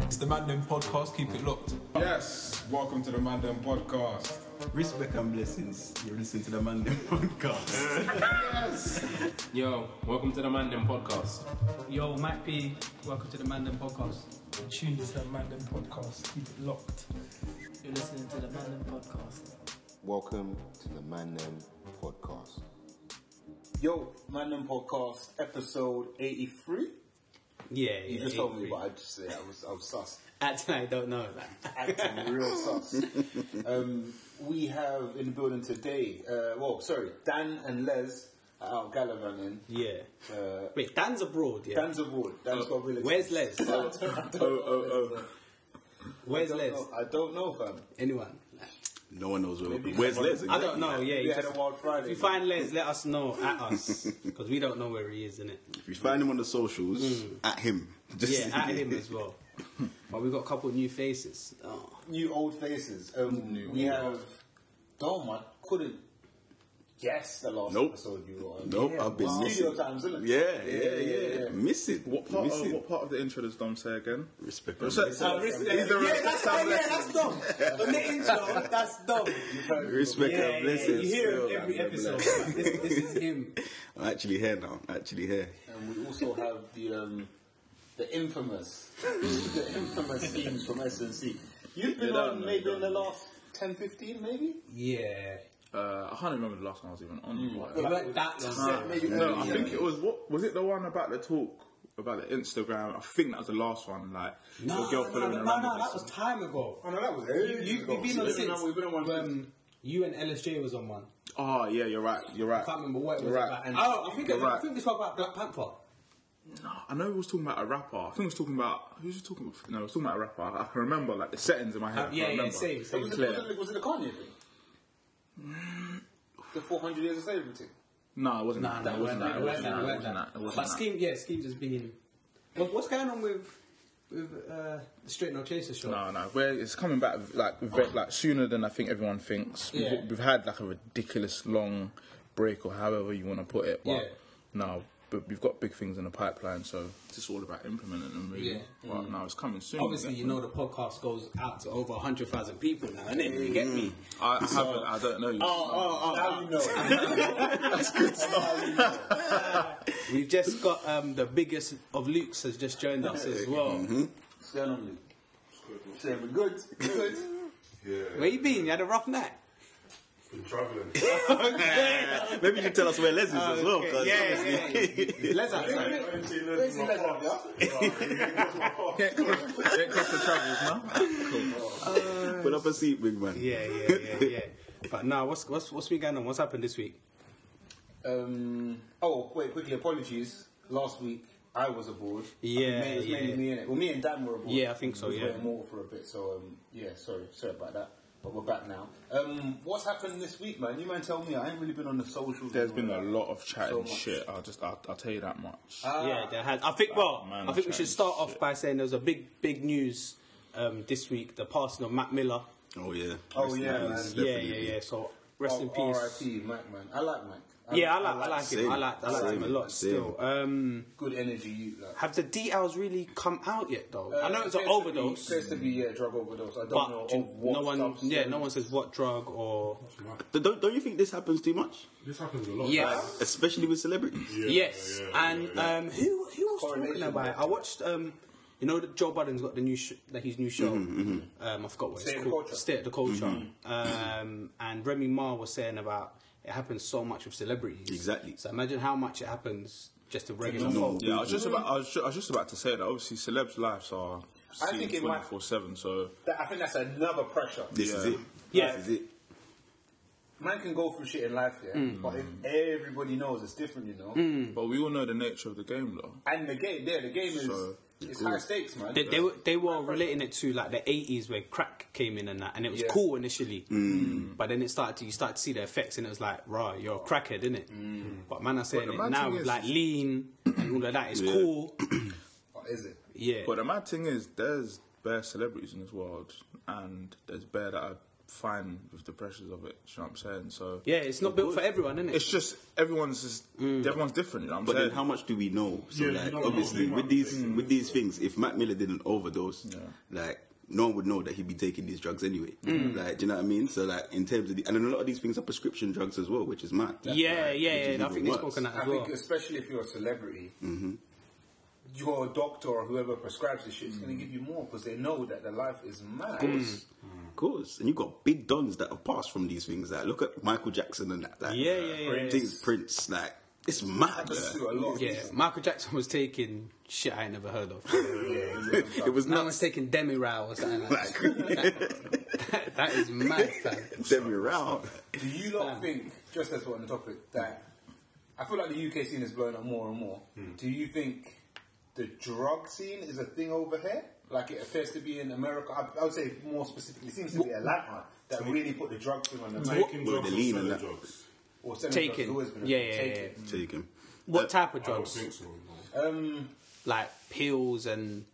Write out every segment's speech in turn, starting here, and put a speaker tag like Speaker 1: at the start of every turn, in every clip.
Speaker 1: It's the Mandem podcast. Keep it locked.
Speaker 2: Yes, welcome to the Mandem Podcast.
Speaker 3: Respect and blessings. You're listening to the Mandem podcast.
Speaker 4: Yo, welcome to the Mandem podcast.
Speaker 5: Yo, Mike P, welcome to the Mandem Podcast.
Speaker 6: Tuned to the Mandem podcast. Keep it locked.
Speaker 5: You're listening to the Mandem Podcast.
Speaker 7: Welcome to the Man Them Podcast.
Speaker 8: Yo, Mandem Podcast, episode 83.
Speaker 9: Yeah,
Speaker 8: You
Speaker 9: yeah,
Speaker 8: just told me,
Speaker 9: angry.
Speaker 8: but I just said I was, I was sus.
Speaker 9: Actually, I don't know that.
Speaker 8: Acting real sus. Um, we have in the building today, uh, well, sorry, Dan and Les uh, are out gallivanting.
Speaker 9: Yeah.
Speaker 8: Uh,
Speaker 9: Wait, Dan's abroad. Yeah.
Speaker 8: Dan's abroad. Dan's got relatives.
Speaker 9: Uh, Where's Les? Oh,
Speaker 8: I don't- I don't know.
Speaker 9: Where's
Speaker 8: I don't
Speaker 9: Les?
Speaker 8: know. I don't know, fam.
Speaker 9: Anyone?
Speaker 3: no one knows where.
Speaker 8: Maybe
Speaker 3: Where's
Speaker 8: someone-
Speaker 3: Les?
Speaker 9: I don't know. Yeah.
Speaker 8: We
Speaker 9: you
Speaker 8: had a
Speaker 9: just-
Speaker 8: wild Friday.
Speaker 9: if you find Les, let us know at us because we don't know where he is, innit?
Speaker 3: If you find him on the socials, at him.
Speaker 9: Hmm. Yeah, at him as well. But we've got a couple new faces. Oh.
Speaker 8: new old faces. Um, we have Dom. I couldn't guess the last
Speaker 3: Nope.
Speaker 8: episode you were on.
Speaker 3: Nope, I've been
Speaker 8: Studio
Speaker 3: missing.
Speaker 8: times, isn't it?
Speaker 3: Yeah, yeah, yeah, Miss it.
Speaker 2: What part,
Speaker 3: Miss
Speaker 2: of,
Speaker 3: it.
Speaker 2: what part of the intro does Dom say again?
Speaker 3: Respect. and
Speaker 2: Respect.
Speaker 3: blessings.
Speaker 2: Either
Speaker 9: Yeah, that's dumb. Yeah, that's dumb. On the intro, that's dumb.
Speaker 3: Respect
Speaker 9: Yeah,
Speaker 3: and
Speaker 9: yeah,
Speaker 3: blessings.
Speaker 9: you hear him
Speaker 3: Still,
Speaker 9: every
Speaker 3: man,
Speaker 9: episode.
Speaker 3: bless.
Speaker 9: but This, this is him.
Speaker 3: I'm actually here now. Actually here.
Speaker 8: And we also have the um, the infamous, the infamous scenes from SNC. You've been
Speaker 2: don't
Speaker 8: on
Speaker 2: know,
Speaker 8: maybe
Speaker 2: don't
Speaker 8: in the last 10, 15 maybe.
Speaker 9: Yeah.
Speaker 2: Uh, I can't remember the last one I was even on. What-
Speaker 9: It weren't that long.
Speaker 8: Uh, maybe
Speaker 2: no, Mm. I think it was what was it the one about the talk about the Instagram? I think that was the last one. Like
Speaker 9: No,
Speaker 2: the
Speaker 9: no,
Speaker 2: girl
Speaker 9: no,
Speaker 2: following
Speaker 9: no,
Speaker 2: a
Speaker 9: no,
Speaker 2: random
Speaker 9: that was
Speaker 2: person.
Speaker 9: time ago.
Speaker 8: Oh no, that was
Speaker 9: You,
Speaker 8: ages
Speaker 9: you,
Speaker 8: ago.
Speaker 9: have been on
Speaker 8: We've
Speaker 9: since.
Speaker 8: been we've been on one since.
Speaker 9: um, you and LSJ was on one.
Speaker 2: Oh yeah, you're right. You're right.
Speaker 9: I can't remember what it was
Speaker 2: You're
Speaker 9: about.
Speaker 2: right.
Speaker 9: And oh, I think, it
Speaker 2: you're
Speaker 9: was, I
Speaker 2: right.
Speaker 9: think we spoke about Black Panther.
Speaker 2: No, I know we was talking about a rapper. I think we was talking about who's talking about. No, we was talking about a rapper. I can remember like the settings in my head.
Speaker 9: Uh,
Speaker 2: I
Speaker 9: yeah,
Speaker 2: can
Speaker 9: yeah,
Speaker 2: remember.
Speaker 9: same,
Speaker 2: It
Speaker 9: same.
Speaker 2: was
Speaker 8: Was it,
Speaker 2: clear.
Speaker 8: the- was it the Kanye thing? Mm. The 400 years of slavery thing.
Speaker 2: No, it wasn't.
Speaker 9: Nah,
Speaker 2: that.
Speaker 9: that
Speaker 2: It wasn't
Speaker 9: wasn't
Speaker 2: that.
Speaker 9: that.
Speaker 2: It
Speaker 9: Wasn't
Speaker 2: wasn't that. It
Speaker 9: that. Wasn't
Speaker 2: wasn't that.
Speaker 9: that.
Speaker 2: It wasn't
Speaker 9: But
Speaker 2: that.
Speaker 9: Scheme, yeah, Scheme's just been. What, what's going on with with uh, the Straight No Chaser show?
Speaker 2: No, no, we're, it's coming back like ve- like sooner than I think everyone thinks. We've-
Speaker 9: Yeah.
Speaker 2: We've, had like a ridiculous long break, or however you want to put it. But
Speaker 9: Yeah.
Speaker 2: no, but we've got big things in the pipeline, so it's just all about implementing them. Really.
Speaker 9: Yeah.
Speaker 2: But no, it's coming soon.
Speaker 9: Obviously, you know the podcast goes out to over 100,000 people now, and
Speaker 2: Mm.
Speaker 9: You get
Speaker 3: Hmm.
Speaker 9: me?
Speaker 2: I I haven't. I don't know. You.
Speaker 8: Now you know.
Speaker 9: We've just got um, the biggest of Luke's has just joined us as well.
Speaker 2: Mm-hmm.
Speaker 8: Stand on me. Saying we're good. We're good.
Speaker 9: Where you been? You had a rough night?
Speaker 7: Traveling.
Speaker 3: Maybe you should tell us where Les is as well.
Speaker 9: Okay,
Speaker 3: 'cause
Speaker 9: yeah, yeah, yeah. Let's have it.
Speaker 8: Where's the leather, yeah?
Speaker 2: Yeah, it costs- it costs the travels, no?
Speaker 3: Put up a seat, big man.
Speaker 9: Yeah, yeah, yeah, yeah. But now, what's what's what's been going on? What's happened this week?
Speaker 8: Um, oh, wait, quickly, apologies. Last week, I was aboard.
Speaker 9: Yeah,
Speaker 8: It was mainly
Speaker 9: yeah.
Speaker 8: me and Well, me and Dan were aboard.
Speaker 9: Yeah, I think so,
Speaker 8: We
Speaker 9: yeah.
Speaker 8: were more for a bit, so um, yeah, sorry, sorry about that. But we're back now. Um, what's happened this week, man? You man tell me. I ain't really been on the socials.
Speaker 2: There's
Speaker 8: and
Speaker 2: been
Speaker 8: all
Speaker 2: a
Speaker 8: that.
Speaker 2: lot of chat
Speaker 8: So
Speaker 2: and
Speaker 8: much.
Speaker 2: shit. I'll just I'll, I'll tell you that much.
Speaker 8: Ah.
Speaker 9: yeah, there has. I think. Well,
Speaker 2: man,
Speaker 9: I think we should
Speaker 2: change
Speaker 9: start off by saying there was a big, big news um, this week: the passing of Matt Miller.
Speaker 3: Oh yeah.
Speaker 8: Oh,
Speaker 3: Rest in
Speaker 8: yeah,
Speaker 3: peace,
Speaker 8: man.
Speaker 9: Yeah,
Speaker 3: definitely.
Speaker 9: yeah, yeah. So rest in
Speaker 8: Oh,
Speaker 9: peace.
Speaker 8: R.I.P. Mike, man. I like Mike.
Speaker 9: Yeah, I like, I like him. I
Speaker 3: Same,
Speaker 9: like, I like him a
Speaker 3: same,
Speaker 9: lot.
Speaker 3: same.
Speaker 9: Still, um,
Speaker 8: good energy. You like.
Speaker 9: have the details really come out yet? Though I know it's
Speaker 8: Appears to
Speaker 9: an
Speaker 8: be-
Speaker 9: overdose,
Speaker 8: Appears to be yeah, drug overdose. I Uh, don't
Speaker 9: but
Speaker 8: know
Speaker 9: do-
Speaker 8: of what
Speaker 9: no one,
Speaker 8: substance.
Speaker 9: yeah, no one says what drug or
Speaker 3: Don't don't you think this happens too much,
Speaker 6: This happens a lot.
Speaker 9: yes.
Speaker 3: especially with celebrities?
Speaker 9: yes, and Um, who who was talking
Speaker 8: Coronation
Speaker 9: about it? I watched. Um, you know, that Joe Budden's got the new sh- like his new show. Um, I forgot what
Speaker 8: State
Speaker 9: it's
Speaker 8: of
Speaker 9: called.
Speaker 8: Culture.
Speaker 9: State of the Culture. Um, and Remy Ma was saying about it happens so much with celebrities.
Speaker 3: Exactly.
Speaker 9: So imagine how much it happens just to regular
Speaker 3: normal
Speaker 9: folk.
Speaker 2: Yeah, I was just about. I was, ju- I was just about to say that. Obviously, celebs' lives are
Speaker 8: I
Speaker 2: seen
Speaker 8: think it might-
Speaker 2: twenty four seven. So
Speaker 8: That- I think that's another pressure.
Speaker 3: This is it.
Speaker 9: Yeah.
Speaker 3: This is it.
Speaker 8: Man can go through shit in life, yeah,
Speaker 9: Mm.
Speaker 8: but if everybody knows it's different, you know.
Speaker 2: But we all know the nature of the game, though.
Speaker 8: And the game, yeah, the game is
Speaker 2: So,
Speaker 8: it's high stakes, man.
Speaker 9: They, they, were, they were relating it to like the 80s where crack came in and that, and it was
Speaker 8: Yeah.
Speaker 9: cool initially, mm. but then it started to you start to see the effects, and it was like, raw, you're a crackhead, innit? But man, I'm saying
Speaker 2: the
Speaker 9: it
Speaker 2: mad
Speaker 9: now
Speaker 2: thing
Speaker 9: with
Speaker 2: is-
Speaker 9: like lean and all of that is cool,
Speaker 8: What is it?
Speaker 9: yeah.
Speaker 2: But the mad thing is, there's bare celebrities in this world, and there's bare that are fine with the pressures of it. You know what I'm saying? So
Speaker 9: Yeah, Mm. it's not built for everyone, is it?
Speaker 2: it's just everyone's just everyone's different. You know what I'm
Speaker 3: But
Speaker 2: saying?
Speaker 3: then, how much do we know? So,
Speaker 2: Yeah,
Speaker 3: like,
Speaker 2: no, no,
Speaker 3: obviously,
Speaker 2: no.
Speaker 3: with these with these things, if Matt Miller didn't overdose, like no one would know that he'd be taking these drugs anyway.
Speaker 9: Mm.
Speaker 3: Like, do you know what I mean? So, like, in terms of the, and then a lot of these things are prescription drugs as well, which is mad.
Speaker 9: yeah,
Speaker 3: Like, which
Speaker 9: yeah,
Speaker 3: is
Speaker 9: yeah. I
Speaker 3: even
Speaker 9: think they've
Speaker 3: worse.
Speaker 9: spoken that
Speaker 8: I
Speaker 9: as well.
Speaker 8: think, especially if you're a celebrity, your doctor or whoever prescribes this shit is
Speaker 9: Mm.
Speaker 8: going to give you more because they know that the life is mad.
Speaker 3: Of course, and you've got big dons that have passed from these things. Like, look at Michael Jackson and that. Like,
Speaker 9: Yeah, yeah, yeah,
Speaker 3: Prince, Prince, like, it's mad.
Speaker 8: That's
Speaker 3: like.
Speaker 8: true, a lot.
Speaker 9: Yeah, Michael Jackson was taking shit I ain't never heard of.
Speaker 3: it was
Speaker 9: No
Speaker 3: not
Speaker 9: one's taking Demi Rao or something like that. that. That is mad, fam.
Speaker 3: Demi Rao.
Speaker 8: Do you not think, just as we're on the topic, that I feel like the UK scene is blowing up more and more? Do you think the drug scene is a thing over here? Like it appears to be in America. I, I would say more specifically, it seems to be Atlanta that really put the drug thing on the map.
Speaker 6: Taking
Speaker 3: Well,
Speaker 6: drugs
Speaker 3: the
Speaker 6: or
Speaker 3: lean
Speaker 6: selling
Speaker 3: and that.
Speaker 6: drugs.
Speaker 8: Or selling drugs has
Speaker 9: Taking.
Speaker 8: always been a
Speaker 9: Yeah,
Speaker 8: thing.
Speaker 9: yeah, yeah.
Speaker 8: Taking.
Speaker 3: Take him. Uh,
Speaker 9: What type of
Speaker 6: I don't
Speaker 9: drugs?
Speaker 6: think so. no.
Speaker 9: Like pills and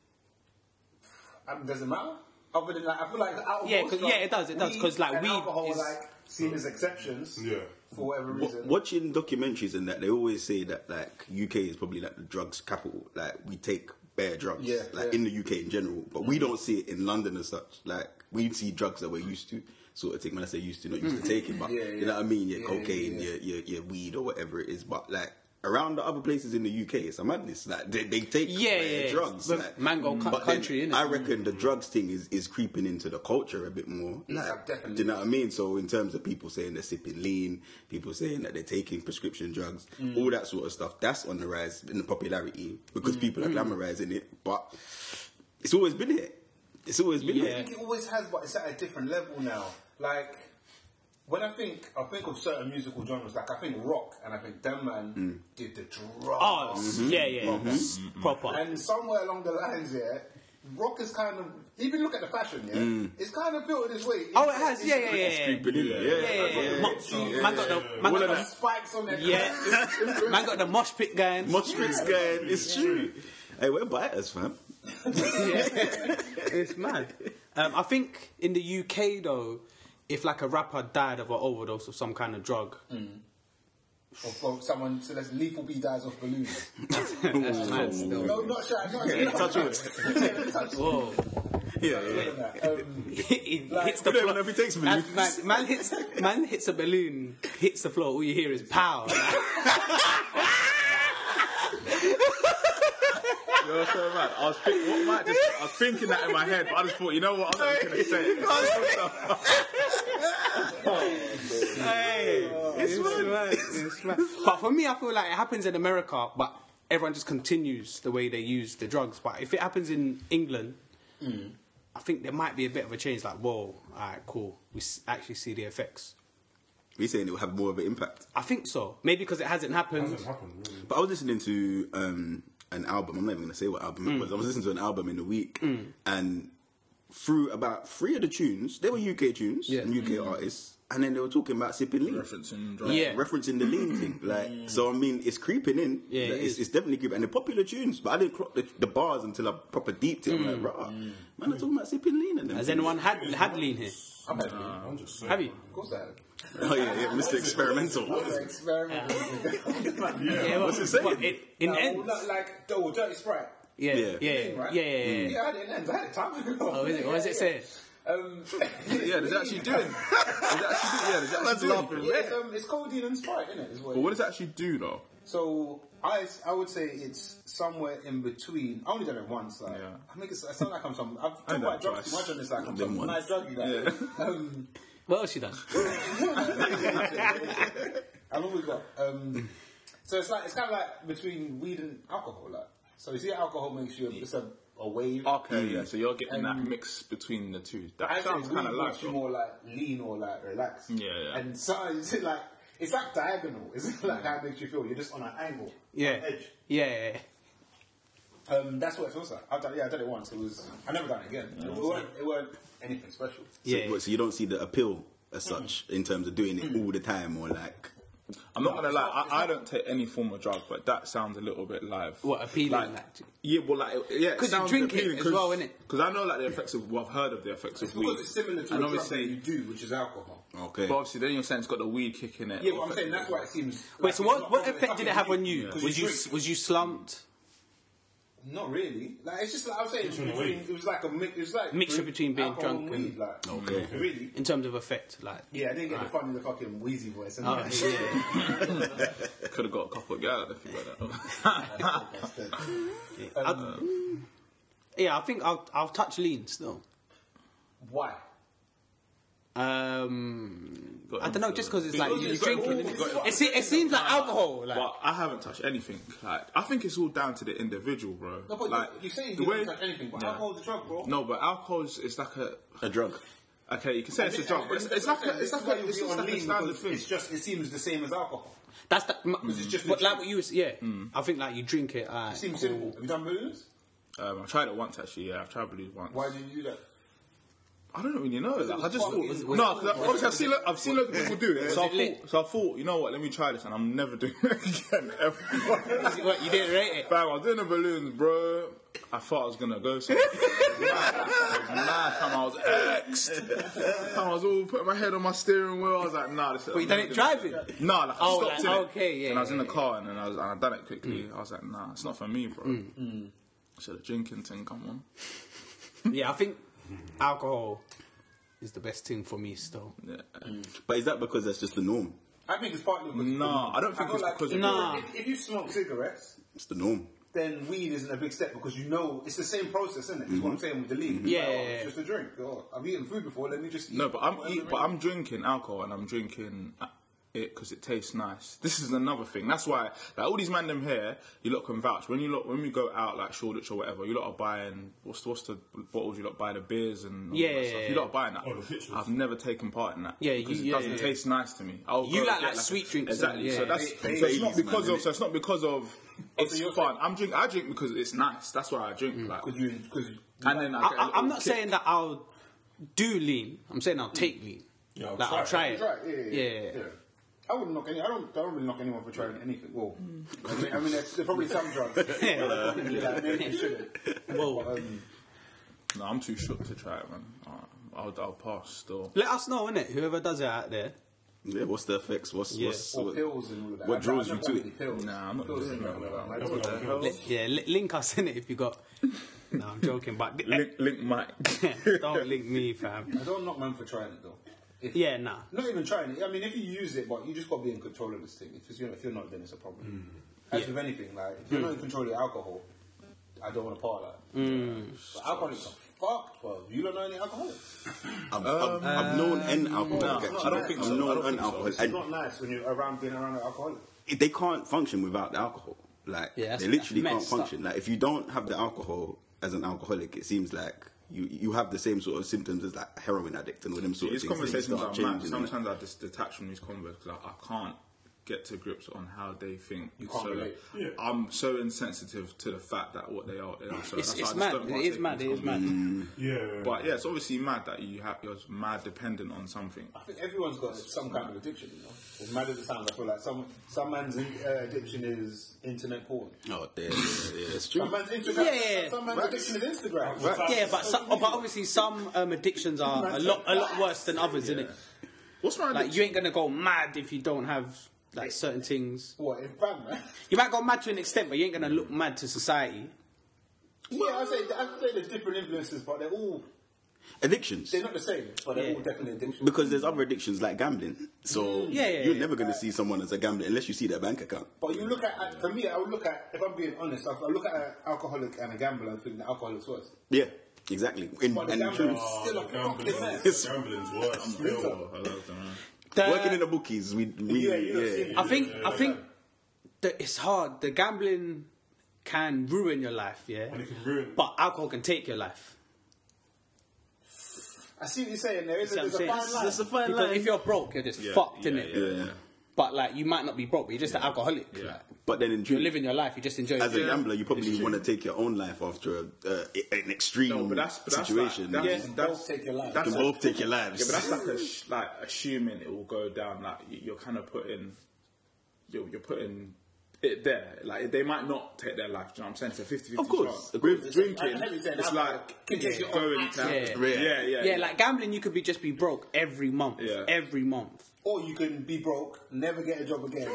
Speaker 8: Um, does it matter? Other than like, I feel like the alcohol.
Speaker 9: Yeah, 'cause-
Speaker 8: stuff,
Speaker 9: yeah, it does, it does, 'cause, like,
Speaker 8: and
Speaker 9: weed
Speaker 8: alcohol
Speaker 9: is-
Speaker 8: like seen as exceptions.
Speaker 6: Yeah.
Speaker 8: For whatever
Speaker 3: Wa-
Speaker 8: reason.
Speaker 3: Watching documentaries and that, they always say that like UK is probably like the drugs capital. Like we take bare drugs,
Speaker 8: Yeah,
Speaker 3: like
Speaker 8: yeah.
Speaker 3: in the UK in general, but we don't see it in London as such. Like we see drugs that we're used to, sort of thing. When I say used to, not used to taking, but
Speaker 8: Mm-hmm. Yeah,
Speaker 3: you know what I mean. Your
Speaker 8: yeah,
Speaker 3: cocaine,
Speaker 8: yeah.
Speaker 3: Your, your your weed or whatever it is, but like. Around the other places in the UK, it's a madness. Like they, they take
Speaker 9: Yeah,
Speaker 3: bare
Speaker 9: yeah, yeah.
Speaker 3: drugs.
Speaker 9: But
Speaker 3: like, mm.
Speaker 9: mango cu-
Speaker 3: but then
Speaker 9: country, innit?
Speaker 3: I reckon the drugs thing is, is creeping into the culture a bit more.
Speaker 8: Yeah,
Speaker 3: Like,
Speaker 8: definitely.
Speaker 3: do you know what I mean? So in terms of people saying they're sipping lean, people saying that they're taking prescription drugs,
Speaker 2: Mm.
Speaker 3: all that sort of stuff, that's on the rise in the popularity because
Speaker 2: Mm.
Speaker 3: people are glamorizing it. But it's always been here. It's always been
Speaker 8: I
Speaker 3: here.
Speaker 8: think it always has, but it's at a different level now. Like when I think, I think of certain musical genres. Like I think rock, and I think them man did the
Speaker 9: Mm. oh,
Speaker 8: drugs. Mm-hmm.
Speaker 9: yeah, yeah, proper.
Speaker 8: And somewhere along the lines, yeah, rock is kind of even look at the fashion, yeah, it's kind of built its way.
Speaker 9: Mm. Oh, it has, yeah, yeah, yeah. yeah.
Speaker 3: Creeping in. Yeah,
Speaker 9: Yeah, yeah, yeah. Mo- Man got the man
Speaker 8: All
Speaker 9: got
Speaker 8: of the
Speaker 9: the,
Speaker 8: spikes on their
Speaker 9: yeah, man got the mosh pit going.
Speaker 3: Mosh pit's going. It's true. Hey, we're biters, fam.
Speaker 9: it's mad. Um, I think in the UK though, if like a rapper died of an overdose of some kind of drug,
Speaker 8: Or from someone, so that's lethal B dies off balloons.
Speaker 9: that's mad still.
Speaker 8: no, not shot. Not yeah,
Speaker 3: touch
Speaker 8: wood. touch wood.
Speaker 9: Whoa.
Speaker 3: Yeah, yeah.
Speaker 8: Um,
Speaker 9: he hits the floor.
Speaker 3: We don't even know if he takes
Speaker 9: Man,
Speaker 3: balloons.
Speaker 9: man, man hits man hits a balloon, hits the floor. All you hear is pow.
Speaker 2: You know, so mad. I was, think, what might just, I was thinking that in my head, but I just thought, you know what? I'm not going to say it.
Speaker 9: it's mad. It's mad. But for me, I feel like it happens in America, but everyone just continues the way they use the drugs. But if it happens in England, I think there might be a bit of a change. Like, whoa, all right, cool. We s- actually see the effects.
Speaker 3: We're saying it will have more of an impact.
Speaker 9: I think so. Maybe because it hasn't happened.
Speaker 6: Doesn't happen, really.
Speaker 3: But I was listening to um, an album. I'm not even going to say what album
Speaker 9: Mm.
Speaker 3: it was. I was listening to an album in the week, and through about three of the tunes, they were UK tunes
Speaker 9: Yeah. Mm.
Speaker 3: and UK artists, and then they were talking about sipping lean,
Speaker 2: Referencing drugs.
Speaker 3: Like,
Speaker 9: Yeah.
Speaker 3: referencing the lean thing. Like, so I mean, it's creeping in.
Speaker 9: Yeah, it
Speaker 3: Like, it's,
Speaker 9: is.
Speaker 3: it's definitely creeping, and the popular tunes. But I didn't clock the, the bars until I proper deeped it. I'm like, rah, man, they're talking about sipping lean. And them
Speaker 9: Mm. Has
Speaker 3: things.
Speaker 9: anyone had had lean here?
Speaker 8: I'm happy. Of
Speaker 6: I'm just saying.
Speaker 9: Have you?
Speaker 8: course, I am.
Speaker 3: Oh yeah, yeah, Mr. Experimental.
Speaker 8: They're experimenting.
Speaker 9: Yeah,
Speaker 3: what's
Speaker 9: well,
Speaker 3: it saying?
Speaker 9: well, it- in
Speaker 8: No,
Speaker 9: ends.
Speaker 8: not like oh, dirty sprite.
Speaker 9: Yeah, yeah,
Speaker 3: Yeah.
Speaker 9: yeah,
Speaker 8: Thing, right? Mm.
Speaker 9: yeah, yeah, yeah.
Speaker 8: Yeah, I didn't end. I had it time ago.
Speaker 9: Oh, is it? What does it say?
Speaker 8: Um,
Speaker 2: Yeah, there's actually doing. There's actually doing. Yeah, there's actually doing.
Speaker 3: laughing.
Speaker 8: yeah, it's, um, it's codeine and sprite, isn't it? Is what
Speaker 2: But
Speaker 8: it
Speaker 2: what
Speaker 8: is.
Speaker 2: does it actually do, though?
Speaker 8: So I, I would say it's somewhere in between. I only done it once. Like,
Speaker 2: Yeah.
Speaker 8: I make it I sound like I'm some. I've
Speaker 2: done
Speaker 8: talked about
Speaker 2: it
Speaker 8: drugs too
Speaker 2: twice.
Speaker 8: much on this. Like I'm
Speaker 3: done
Speaker 8: some
Speaker 3: once.
Speaker 8: mad druggy guy. Um,
Speaker 9: What else she done?
Speaker 8: I've always got. Um, so it's like it's kind of like between weed and alcohol. Like, so you see, alcohol makes you it's a, a wave.
Speaker 2: Okay, yeah. So you're getting
Speaker 8: Um,
Speaker 2: that mix between the two. That
Speaker 8: I
Speaker 2: sounds
Speaker 8: think
Speaker 2: kind
Speaker 8: weed
Speaker 2: of
Speaker 8: makes you
Speaker 2: like.
Speaker 8: more like lean or like relaxed.
Speaker 2: Yeah, yeah.
Speaker 8: And sometimes it's like it's like diagonal. It's like how it makes you feel. You're just on an angle.
Speaker 9: Yeah,
Speaker 8: an edge.
Speaker 9: yeah, yeah.
Speaker 8: Um, that's what it feels like. I've done, yeah, I did it once. It was I never done it again. It, weren't, it weren't anything special.
Speaker 3: So,
Speaker 9: Yeah.
Speaker 3: what, so you don't see the appeal as such in terms of doing it all the time or like
Speaker 2: I'm not gonna lie, I, I don't take any form of drug, but that sounds a little bit live.
Speaker 9: What, appealing,
Speaker 2: Like,
Speaker 9: like, to-
Speaker 2: yeah, well, like yeah,
Speaker 9: 'Cause you drink it as well, innit?
Speaker 2: Because I know like the effects of. Well, I've heard of the effects of weed.
Speaker 8: Because it's similar to
Speaker 2: and
Speaker 8: a drug that
Speaker 2: obviously,
Speaker 8: you do, which is alcohol.
Speaker 3: Okay.
Speaker 2: but obviously, then you're saying it's got the weed kick in it.
Speaker 8: Yeah, but I'm saying that's why it seems.
Speaker 9: Wait, so
Speaker 8: like,
Speaker 9: what,
Speaker 8: it's
Speaker 9: what
Speaker 8: not-
Speaker 9: effect did it have on you?
Speaker 8: Yeah.
Speaker 9: Was you
Speaker 8: drink.
Speaker 9: was you slumped?
Speaker 8: Not really. Like it's just like I was saying, it was,
Speaker 6: Between the
Speaker 8: between, it was like a mix. It was like
Speaker 9: Mixture between being
Speaker 8: alcohol
Speaker 9: drunk
Speaker 8: and
Speaker 9: and-
Speaker 8: weed, like
Speaker 3: Okay.
Speaker 8: really.
Speaker 9: in terms of effect, like
Speaker 8: Yeah, I didn't get the fun in the fucking wheezy voice. and
Speaker 9: Oh, yeah.
Speaker 2: could have got a couple of girls if you got that.
Speaker 9: yeah, I think I'll I'll touch lean still.
Speaker 8: Why?
Speaker 9: Um,
Speaker 2: Got
Speaker 9: I don't know, just because it's like
Speaker 2: Because
Speaker 9: you
Speaker 2: it's
Speaker 9: drink
Speaker 2: got-
Speaker 9: it.
Speaker 2: it's got-
Speaker 9: It, se- it seems like alcohol. Like
Speaker 2: But I haven't touched anything. Like I think it's all down to the individual, bro.
Speaker 8: No, but
Speaker 2: like
Speaker 8: you- you're saying you don't touch anything, but
Speaker 2: Yeah.
Speaker 8: alcohol's a drug, bro.
Speaker 2: No, but alcohol is it's like a
Speaker 3: A drug.
Speaker 2: okay. You can say it's a drug, but it's, it's like a, it's like a, it's just like a standard thing.
Speaker 8: It's just it seems the same as alcohol.
Speaker 9: that's that.
Speaker 8: it's just a
Speaker 9: but
Speaker 8: drink.
Speaker 9: like what you was, yeah. I think like you drink it. Like,
Speaker 8: It seems
Speaker 9: cool.
Speaker 8: simple. Have you done booze?
Speaker 2: Um, I tried it once actually. Yeah, I've tried blues once.
Speaker 8: Why did you do that?
Speaker 2: I don't really know. Like, I
Speaker 8: was
Speaker 2: just
Speaker 8: fun.
Speaker 2: thought
Speaker 8: Was it-
Speaker 2: no, 'cause I- obviously I've seen lo- I've seen loads of people do it. So I
Speaker 9: it lit?
Speaker 2: thought, so I thought, you know what? Let me try this, and I'm never doing it again. Ever.
Speaker 9: What, you didn't rate it.
Speaker 2: Bam, I was doing the balloons, bro. I thought I was gonna go somewhere. Last time I was exed. I was all putting my head on my steering wheel. I was like, nah, this But
Speaker 9: you done it driving?
Speaker 2: No, like I
Speaker 9: Oh,
Speaker 2: stopped
Speaker 9: like,
Speaker 2: in it.
Speaker 9: okay, yeah,
Speaker 2: And I was in
Speaker 9: yeah, Mm.
Speaker 2: the car and then I was and I done it quickly. I was like, nah, it's not for me, bro. So the drinking thing, come on.
Speaker 9: Yeah, I think alcohol is the best thing for me still.
Speaker 2: Yeah.
Speaker 3: But is that because that's just the norm?
Speaker 8: I think it's partly because
Speaker 2: Nah, I don't think
Speaker 8: feel
Speaker 2: it's because of
Speaker 9: Nah.
Speaker 8: if, if you smoke cigarettes,
Speaker 3: It's the norm.
Speaker 8: then weed isn't a big step because you know it's the same process, isn't it? Is
Speaker 2: Mm-hmm.
Speaker 8: what I'm saying with the lean. It's
Speaker 9: Yeah,
Speaker 8: like, oh,
Speaker 9: yeah, yeah.
Speaker 8: it's just a drink. Oh, I've eaten food before. Let me just eat.
Speaker 2: No, but I'm eat,
Speaker 8: Whatever
Speaker 2: but
Speaker 8: it
Speaker 2: I'm drinking alcohol and I'm drinking uh, it because it tastes nice. This is another thing. That's why like all these man them here, you lot can vouch. When you lot when we go out like Shoreditch or whatever, you lot are buying what's what's the bottles you lot buy the beers and all
Speaker 9: Yeah,
Speaker 2: that
Speaker 9: yeah,
Speaker 2: stuff.
Speaker 9: yeah.
Speaker 2: You lot are buying that.
Speaker 6: Oh, the pictures.
Speaker 2: I've never taken part in that.
Speaker 9: Yeah,
Speaker 2: because
Speaker 9: you-
Speaker 2: it
Speaker 9: yeah,
Speaker 2: doesn't
Speaker 9: yeah, yeah.
Speaker 2: taste nice to me. I'll
Speaker 9: You
Speaker 2: go
Speaker 9: like-
Speaker 2: get,
Speaker 9: like
Speaker 2: a-
Speaker 9: sweet drinks,
Speaker 2: exactly.
Speaker 9: yeah.
Speaker 2: So that's
Speaker 8: They- they-
Speaker 2: so it's not
Speaker 3: Babies, man,
Speaker 2: because
Speaker 3: innit?
Speaker 2: of so it's not because of it's
Speaker 8: you're
Speaker 2: fun. I'm drink I drink because it's nice. That's why I drink. Like,
Speaker 8: Because you, because you,
Speaker 2: and then I
Speaker 9: Mm. I,
Speaker 2: get a
Speaker 9: I, I'm
Speaker 2: little
Speaker 9: not
Speaker 2: kick.
Speaker 9: saying that I'll do lean. I'm saying I'll take lean.
Speaker 6: Yeah, I'll
Speaker 9: like, I'll try
Speaker 6: try
Speaker 9: it.
Speaker 8: That's right. Yeah, yeah.
Speaker 9: Yeah, yeah, yeah.
Speaker 8: I wouldn't knock any. I don't. I don't really knock anyone for trying anything. Well,
Speaker 2: Mm.
Speaker 8: I mean, I mean, there's, there's probably some drugs. Well, probably, like, maybe you shouldn't.
Speaker 9: Whoa.
Speaker 8: But, um,
Speaker 2: No, I'm too shook to try it, man. Uh, I'll, I'll pass still.
Speaker 9: Let us know, innit? Whoever does it out there.
Speaker 3: Yeah, what's the effects? What's
Speaker 9: Yeah.
Speaker 3: what's
Speaker 8: or
Speaker 3: what,
Speaker 8: pills and all that.
Speaker 3: what
Speaker 8: I-
Speaker 3: draws
Speaker 8: I
Speaker 3: you
Speaker 8: don't
Speaker 3: to
Speaker 8: want
Speaker 3: it?
Speaker 8: any Pills.
Speaker 2: Nah, I'm not
Speaker 8: Pills
Speaker 2: doing
Speaker 8: no,
Speaker 2: that.
Speaker 8: no, no,
Speaker 2: That's
Speaker 8: no,
Speaker 2: what
Speaker 8: no.
Speaker 9: Li- yeah, li- link us in it if you got. no, I'm joking, but
Speaker 2: Link, link Mike.
Speaker 9: don't link me, fam.
Speaker 8: I don't knock man for trying it though. If,
Speaker 9: Yeah, nah.
Speaker 8: Not even trying it. I mean, if you use it, but you just got to be in control of this thing. If, it's, you know, if you're not, then it's a problem.
Speaker 3: Mm.
Speaker 8: As with anything, like if you're not in control of your alcohol, I don't want to part of that.
Speaker 3: Mm.
Speaker 8: But alcoholics are fucked, bro. You don't know any alcoholics.
Speaker 3: I've, I've, I've known an alcoholic.
Speaker 8: it's not nice. I
Speaker 3: actually. I've
Speaker 8: don't
Speaker 3: known an alcoholic.
Speaker 8: It's
Speaker 3: And
Speaker 8: not nice when you're around being around an alcoholic.
Speaker 3: they can't function without the alcohol. Like
Speaker 9: Yeah, that's-
Speaker 3: they literally
Speaker 9: that's
Speaker 3: can't
Speaker 9: messed up.
Speaker 3: function. Like if you don't have the alcohol as an alcoholic, it seems like you, you have the same sort of symptoms as like a heroin addict and all them sort
Speaker 2: These
Speaker 3: of things. that you
Speaker 2: conversations
Speaker 3: start
Speaker 2: are mad.
Speaker 3: changing, innit?
Speaker 2: Sometimes I just detach from these convos because I, I can't get to grips on how they think. You
Speaker 8: can't
Speaker 2: so
Speaker 8: relate.
Speaker 2: I'm so insensitive to the fact that what they are. They are so that's why
Speaker 9: It's,
Speaker 2: I
Speaker 9: it's
Speaker 2: just
Speaker 9: mad.
Speaker 2: don't
Speaker 9: It is
Speaker 2: partake
Speaker 9: mad.
Speaker 2: in
Speaker 9: It
Speaker 2: these
Speaker 9: is mad.
Speaker 6: Yeah.
Speaker 3: Mm.
Speaker 2: conversations. But yeah, it's obviously mad that you have you're mad dependent on something.
Speaker 8: I think everyone's got some kind of addiction, you know. As mad as it sounds, I feel like some some man's uh, addiction is internet porn.
Speaker 3: Oh, yeah, yeah, yeah, it's true.
Speaker 8: Some man's internet.
Speaker 9: Yeah, yeah.
Speaker 8: Some man's addiction is Instagram.
Speaker 9: Yeah, but some, but obviously some um, addictions are a lot a lot worse than others, innit?
Speaker 2: What's my
Speaker 9: Like you ain't gonna go mad if you don't have like certain things.
Speaker 8: What in fact, man?
Speaker 9: You might go mad to an extent, but you ain't gonna look mad to society.
Speaker 8: Yeah, I say I say there's different influences, but they're all
Speaker 3: Addictions.
Speaker 8: they're not the same, but they're
Speaker 9: Yeah.
Speaker 8: all definitely addictions.
Speaker 3: Because there's other addictions like gambling. So
Speaker 9: Mm-hmm. Yeah, yeah,
Speaker 3: you're
Speaker 9: yeah.
Speaker 3: never going to see someone as a gambler unless you see their bank account.
Speaker 8: But you look at, at for me, I would look at if I'm being honest, I would look at an alcoholic and a gambler and think the alcoholic's worse.
Speaker 3: Yeah, exacly. In,
Speaker 8: But the
Speaker 3: and in
Speaker 8: gambler
Speaker 3: truth,
Speaker 8: is still a
Speaker 6: Gambling,
Speaker 8: fucking mess.
Speaker 6: gambling's worse. still.
Speaker 2: I love them, man.
Speaker 9: The-
Speaker 3: working in the bookies, we, we
Speaker 8: Yeah,
Speaker 3: yeah,
Speaker 8: you don't see it.
Speaker 9: I think I think that it's hard. The gambling can ruin your life, yeah.
Speaker 6: And it can ruin-
Speaker 9: But alcohol can take your life.
Speaker 8: I see what you're saying. There is a,
Speaker 9: See what I'm
Speaker 8: there's a
Speaker 9: saying?
Speaker 8: fine line.
Speaker 9: because if you're broke, you're just fucked,
Speaker 2: yeah,
Speaker 9: innit?
Speaker 2: yeah,
Speaker 3: yeah.
Speaker 9: But like, you might not be broke, but you're just an alcoholic.
Speaker 2: Yeah.
Speaker 9: Like,
Speaker 3: But then in
Speaker 9: you're
Speaker 3: truth,
Speaker 9: living your life. You just enjoy.
Speaker 3: as a
Speaker 9: it.
Speaker 3: gambler, you probably want to take your own life after a, uh, an extreme
Speaker 2: No, but that's but that's
Speaker 3: situation.
Speaker 2: Like, that's,
Speaker 3: You
Speaker 2: that's,
Speaker 8: Both take your lives.
Speaker 2: that's
Speaker 3: can
Speaker 2: a-
Speaker 3: both take your
Speaker 2: Yeah,
Speaker 3: lives.
Speaker 2: but that's like a, like assuming it will go down. Like y- you're kind of putting you're, you're putting it there. Like they might not take their life. Do you know what I'm saying? It's a 50 50
Speaker 3: Of course, of course.
Speaker 2: With drinking,
Speaker 8: I- I haven't said
Speaker 2: it's
Speaker 8: that,
Speaker 2: like
Speaker 8: but in case you're
Speaker 2: going
Speaker 8: on
Speaker 2: to
Speaker 9: accident.
Speaker 2: yeah, yeah, yeah,
Speaker 9: Yeah, like gambling, you could be just be broke every month.
Speaker 2: Yeah.
Speaker 9: Every month.
Speaker 8: Or you can be broke, never get a job again.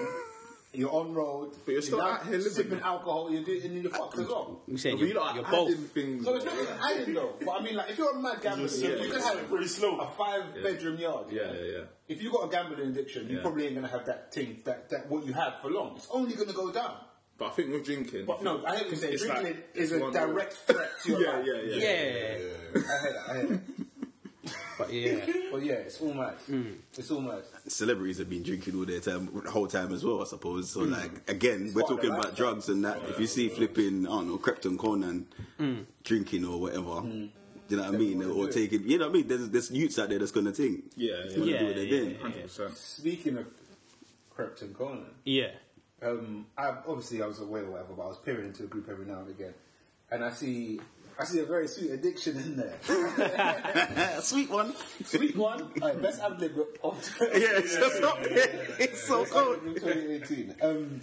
Speaker 8: You're on road,
Speaker 2: But you're still
Speaker 8: now
Speaker 2: out here living.
Speaker 8: sipping alcohol, you're doing, and you're fucked as well.
Speaker 9: You saying
Speaker 2: But
Speaker 9: you're,
Speaker 2: you lot are
Speaker 9: you're
Speaker 2: adding
Speaker 9: both.
Speaker 2: things.
Speaker 8: No, it's not even iron though. But I mean, like, if you're a mad gambler,
Speaker 2: You're
Speaker 8: you can
Speaker 2: serious.
Speaker 8: have
Speaker 6: Pretty slow.
Speaker 8: a five-bedroom yard.
Speaker 2: Yeah, yeah, yeah.
Speaker 8: If you have got a gambling addiction, you
Speaker 2: Yeah.
Speaker 8: probably ain't gonna have that thing that, that what you have for long. It's only gonna go down.
Speaker 2: But I think with drinking,
Speaker 8: But no, I hear what you're saying.
Speaker 2: It's
Speaker 8: Drinking
Speaker 2: like-
Speaker 8: is a
Speaker 2: one
Speaker 8: direct
Speaker 2: word.
Speaker 8: threat to your
Speaker 2: yeah, yeah,
Speaker 8: life.
Speaker 2: yeah,
Speaker 8: I
Speaker 9: Yeah.
Speaker 8: hear that. I hear that.
Speaker 9: But yeah.
Speaker 8: But yeah, it's all mad.
Speaker 2: Hmm.
Speaker 8: It's all mad.
Speaker 3: Celebrities have been drinking all their time, the whole time as well, I suppose.
Speaker 9: Mm.
Speaker 3: So, like, again, we're
Speaker 8: part of
Speaker 3: talking
Speaker 8: their
Speaker 3: about
Speaker 8: lifestyle.
Speaker 3: drugs and that. if you see flipping, I don't know, Crepton Conan
Speaker 9: Mm.
Speaker 3: drinking or whatever, you know what I mean?
Speaker 8: gonna
Speaker 3: Or
Speaker 8: do it.
Speaker 3: taking, you know what I mean? There's, there's youths out there that's going to think.
Speaker 2: Yeah,
Speaker 3: They
Speaker 2: yeah.
Speaker 3: wanna do
Speaker 9: Yeah,
Speaker 3: what they're
Speaker 9: yeah,
Speaker 3: doing.
Speaker 9: yeah.
Speaker 2: hundred percent.
Speaker 8: Speaking of Krypton Conan,
Speaker 9: Yeah.
Speaker 8: um, I, obviously I was away or whatever, but I was peering into the group every now and again, and I see I see a very sweet addiction in there.
Speaker 3: Ah, Sweet one.
Speaker 8: sweet one, Alright, best ad lib of
Speaker 3: Yeah, it's just not It's so cold.
Speaker 8: 2018. Um,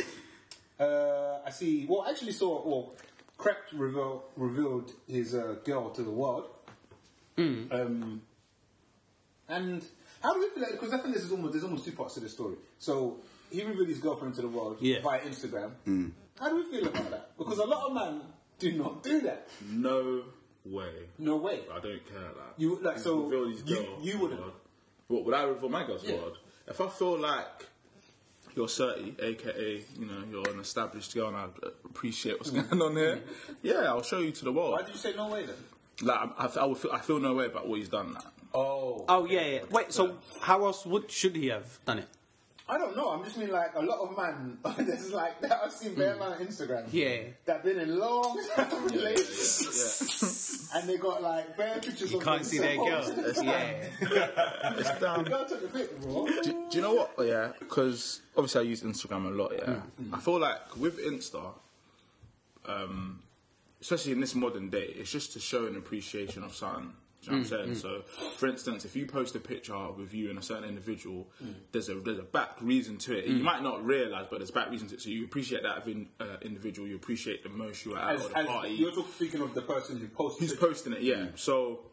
Speaker 8: uh, I see. Well, I actually saw. Well, Krept reveal, revealed his uh, girl to the world. Um, and how do we feel? Because I think this is almost there's almost two parts to the story. So he revealed his girlfriend to the world
Speaker 9: Yeah.
Speaker 8: via Instagram. How do we feel about that? Because a lot of men do not do that.
Speaker 2: No way.
Speaker 8: No way.
Speaker 2: I don't care like
Speaker 8: You- like,
Speaker 2: He's
Speaker 8: so
Speaker 2: revealed his
Speaker 8: you-
Speaker 2: girl
Speaker 8: you
Speaker 2: to
Speaker 8: wouldn't?
Speaker 2: God. What would I reveal my girl's
Speaker 8: Yeah.
Speaker 2: God? If I feel like you're 30, aka you know you're an established girl, and I appreciate what's going on here. Yeah, I'll show you to the world.
Speaker 8: Why did you say no way then?
Speaker 2: Like I'm- I, I, would feel, I feel no way about what he's done. Like.
Speaker 8: Oh,
Speaker 9: Oh yeah, yeah. Wait, so how else would should he have done it?
Speaker 8: I don't know. I'm just mean like a lot of man. There's like that I've seen bare man on Instagram.
Speaker 9: Yeah.
Speaker 8: that been in long relationships
Speaker 2: Yeah,
Speaker 8: and they got like bare pictures.
Speaker 9: You
Speaker 8: of
Speaker 9: can't see their
Speaker 8: themselves.
Speaker 9: girl. Yeah.
Speaker 2: it's damn.
Speaker 8: The girl took the pic, bro.
Speaker 2: do, do you know what? Oh, Yeah, because obviously I use Instagram a lot. Yeah,
Speaker 8: Mm,
Speaker 2: I feel like with Insta, um, especially in this modern day, it's just to show an appreciation of something. Do you know what
Speaker 8: Mm,
Speaker 2: I'm saying? So, for instance, if you post a picture with you and a certain individual,
Speaker 8: Mm.
Speaker 2: there's a there's a back reason to it. You might not realize, but there's back reason to it. So you appreciate that in, uh, individual. You appreciate the most you were at
Speaker 8: As,
Speaker 2: or the
Speaker 8: as
Speaker 2: party.
Speaker 8: you're talking, speaking of the person who posted.
Speaker 2: He's posting it, yeah. So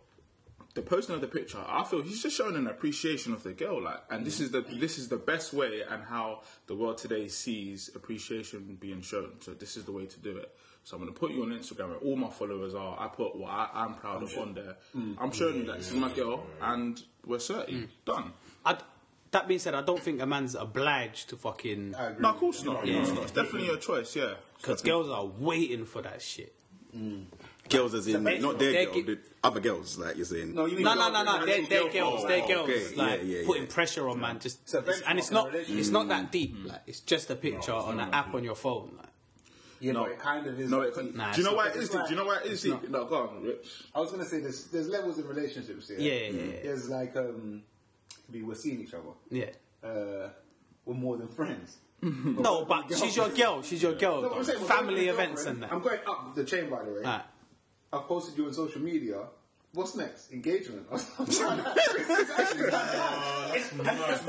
Speaker 2: the posting of the picture, I feel he's just showing an appreciation of the girl, like, and this is the this is the best way and how the world today sees appreciation being shown. So this is the way to do it. So I'm gonna put you on Instagram, where all my followers are. I put what I, I'm Mm. proud of on there. I'm showing you that this is my girl, and we're certain done.
Speaker 9: I, that being said, I don't think a man's obliged to fucking
Speaker 2: No, of course not. Of course not. It's definitely your choice, yeah.
Speaker 9: because girls are waiting for that shit.
Speaker 3: Girls as in,
Speaker 9: They-
Speaker 3: not their
Speaker 9: they
Speaker 3: girl,
Speaker 9: gi-
Speaker 3: the other girls, like you're saying.
Speaker 8: no, you mean
Speaker 9: No, no, no,
Speaker 8: girl-
Speaker 9: no. They're, they're girls. They're
Speaker 3: Oh,
Speaker 9: girls.
Speaker 3: okay. Yeah,
Speaker 9: Like
Speaker 3: yeah, yeah.
Speaker 9: putting pressure on man. Just
Speaker 8: So
Speaker 9: it's- and it's
Speaker 8: benchmark
Speaker 9: not.
Speaker 8: in a relationship.
Speaker 9: It's not that deep. Like it's just a picture on an app on your phone. Like.
Speaker 8: Yeah,
Speaker 2: No.
Speaker 8: but it kind of is.
Speaker 2: No,
Speaker 8: like-
Speaker 2: it couldn't.
Speaker 9: Nah,
Speaker 2: do you
Speaker 9: it's
Speaker 2: know
Speaker 9: not.
Speaker 2: why it is?
Speaker 8: It's
Speaker 2: Steve? Do you know why it is? Steve?
Speaker 9: not.
Speaker 2: No, go on, Rich.
Speaker 8: I was gonna say there's there's levels in relationships here.
Speaker 9: Yeah, yeah, yeah.
Speaker 8: There's like um, we were seeing each other.
Speaker 9: Yeah.
Speaker 8: Uh, we're more than friends.
Speaker 9: No, but she's your girl. She's your girl.
Speaker 8: No, I'm saying, we're going
Speaker 9: Family
Speaker 8: to the
Speaker 9: events
Speaker 8: girlfriend.
Speaker 9: and
Speaker 8: I'm
Speaker 9: that. Ah.
Speaker 8: going up the chain, by the way.
Speaker 9: Alright.
Speaker 8: I've posted you on social media. What's next? Engagement. that's
Speaker 6: Nice.
Speaker 8: not my, that's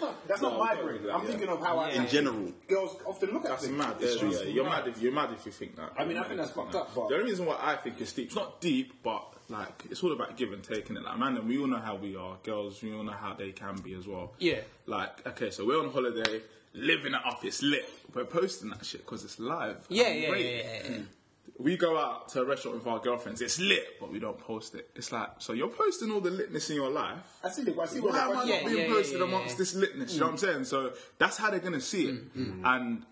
Speaker 8: not, that's not my brain. I'm thinking of how I.
Speaker 3: In general.
Speaker 8: Girls often look at
Speaker 2: That's
Speaker 8: things.
Speaker 2: mad.
Speaker 8: It's
Speaker 2: yeah,
Speaker 8: just
Speaker 2: yeah, You're mad if you're mad if you think that.
Speaker 8: I mean, I think that's fucked up, but-
Speaker 2: the only reason why I think it's deep, it's not deep, but like it's all about give and taking it. Like, man, and we all know how we are. Girls, we all know how they can be as well.
Speaker 9: Yeah.
Speaker 2: Like, okay, so we're on holiday, living it up. It's lit. We're posting that shit because it's live.
Speaker 9: Yeah,
Speaker 2: and
Speaker 9: yeah, yeah,
Speaker 2: great.
Speaker 9: yeah, yeah.
Speaker 2: We go out to a restaurant with our girlfriends. It's lit, but we don't post it. It's like, so you're posting all the litness in your life.
Speaker 8: I see the. I see what
Speaker 2: Why am I
Speaker 8: the
Speaker 2: not
Speaker 9: Yeah,
Speaker 2: being
Speaker 9: yeah, yeah,
Speaker 2: posted
Speaker 9: yeah,
Speaker 2: amongst
Speaker 9: yeah. Mm,
Speaker 2: this litness? You know what I'm saying? So that's how they're gonna see it. And I'm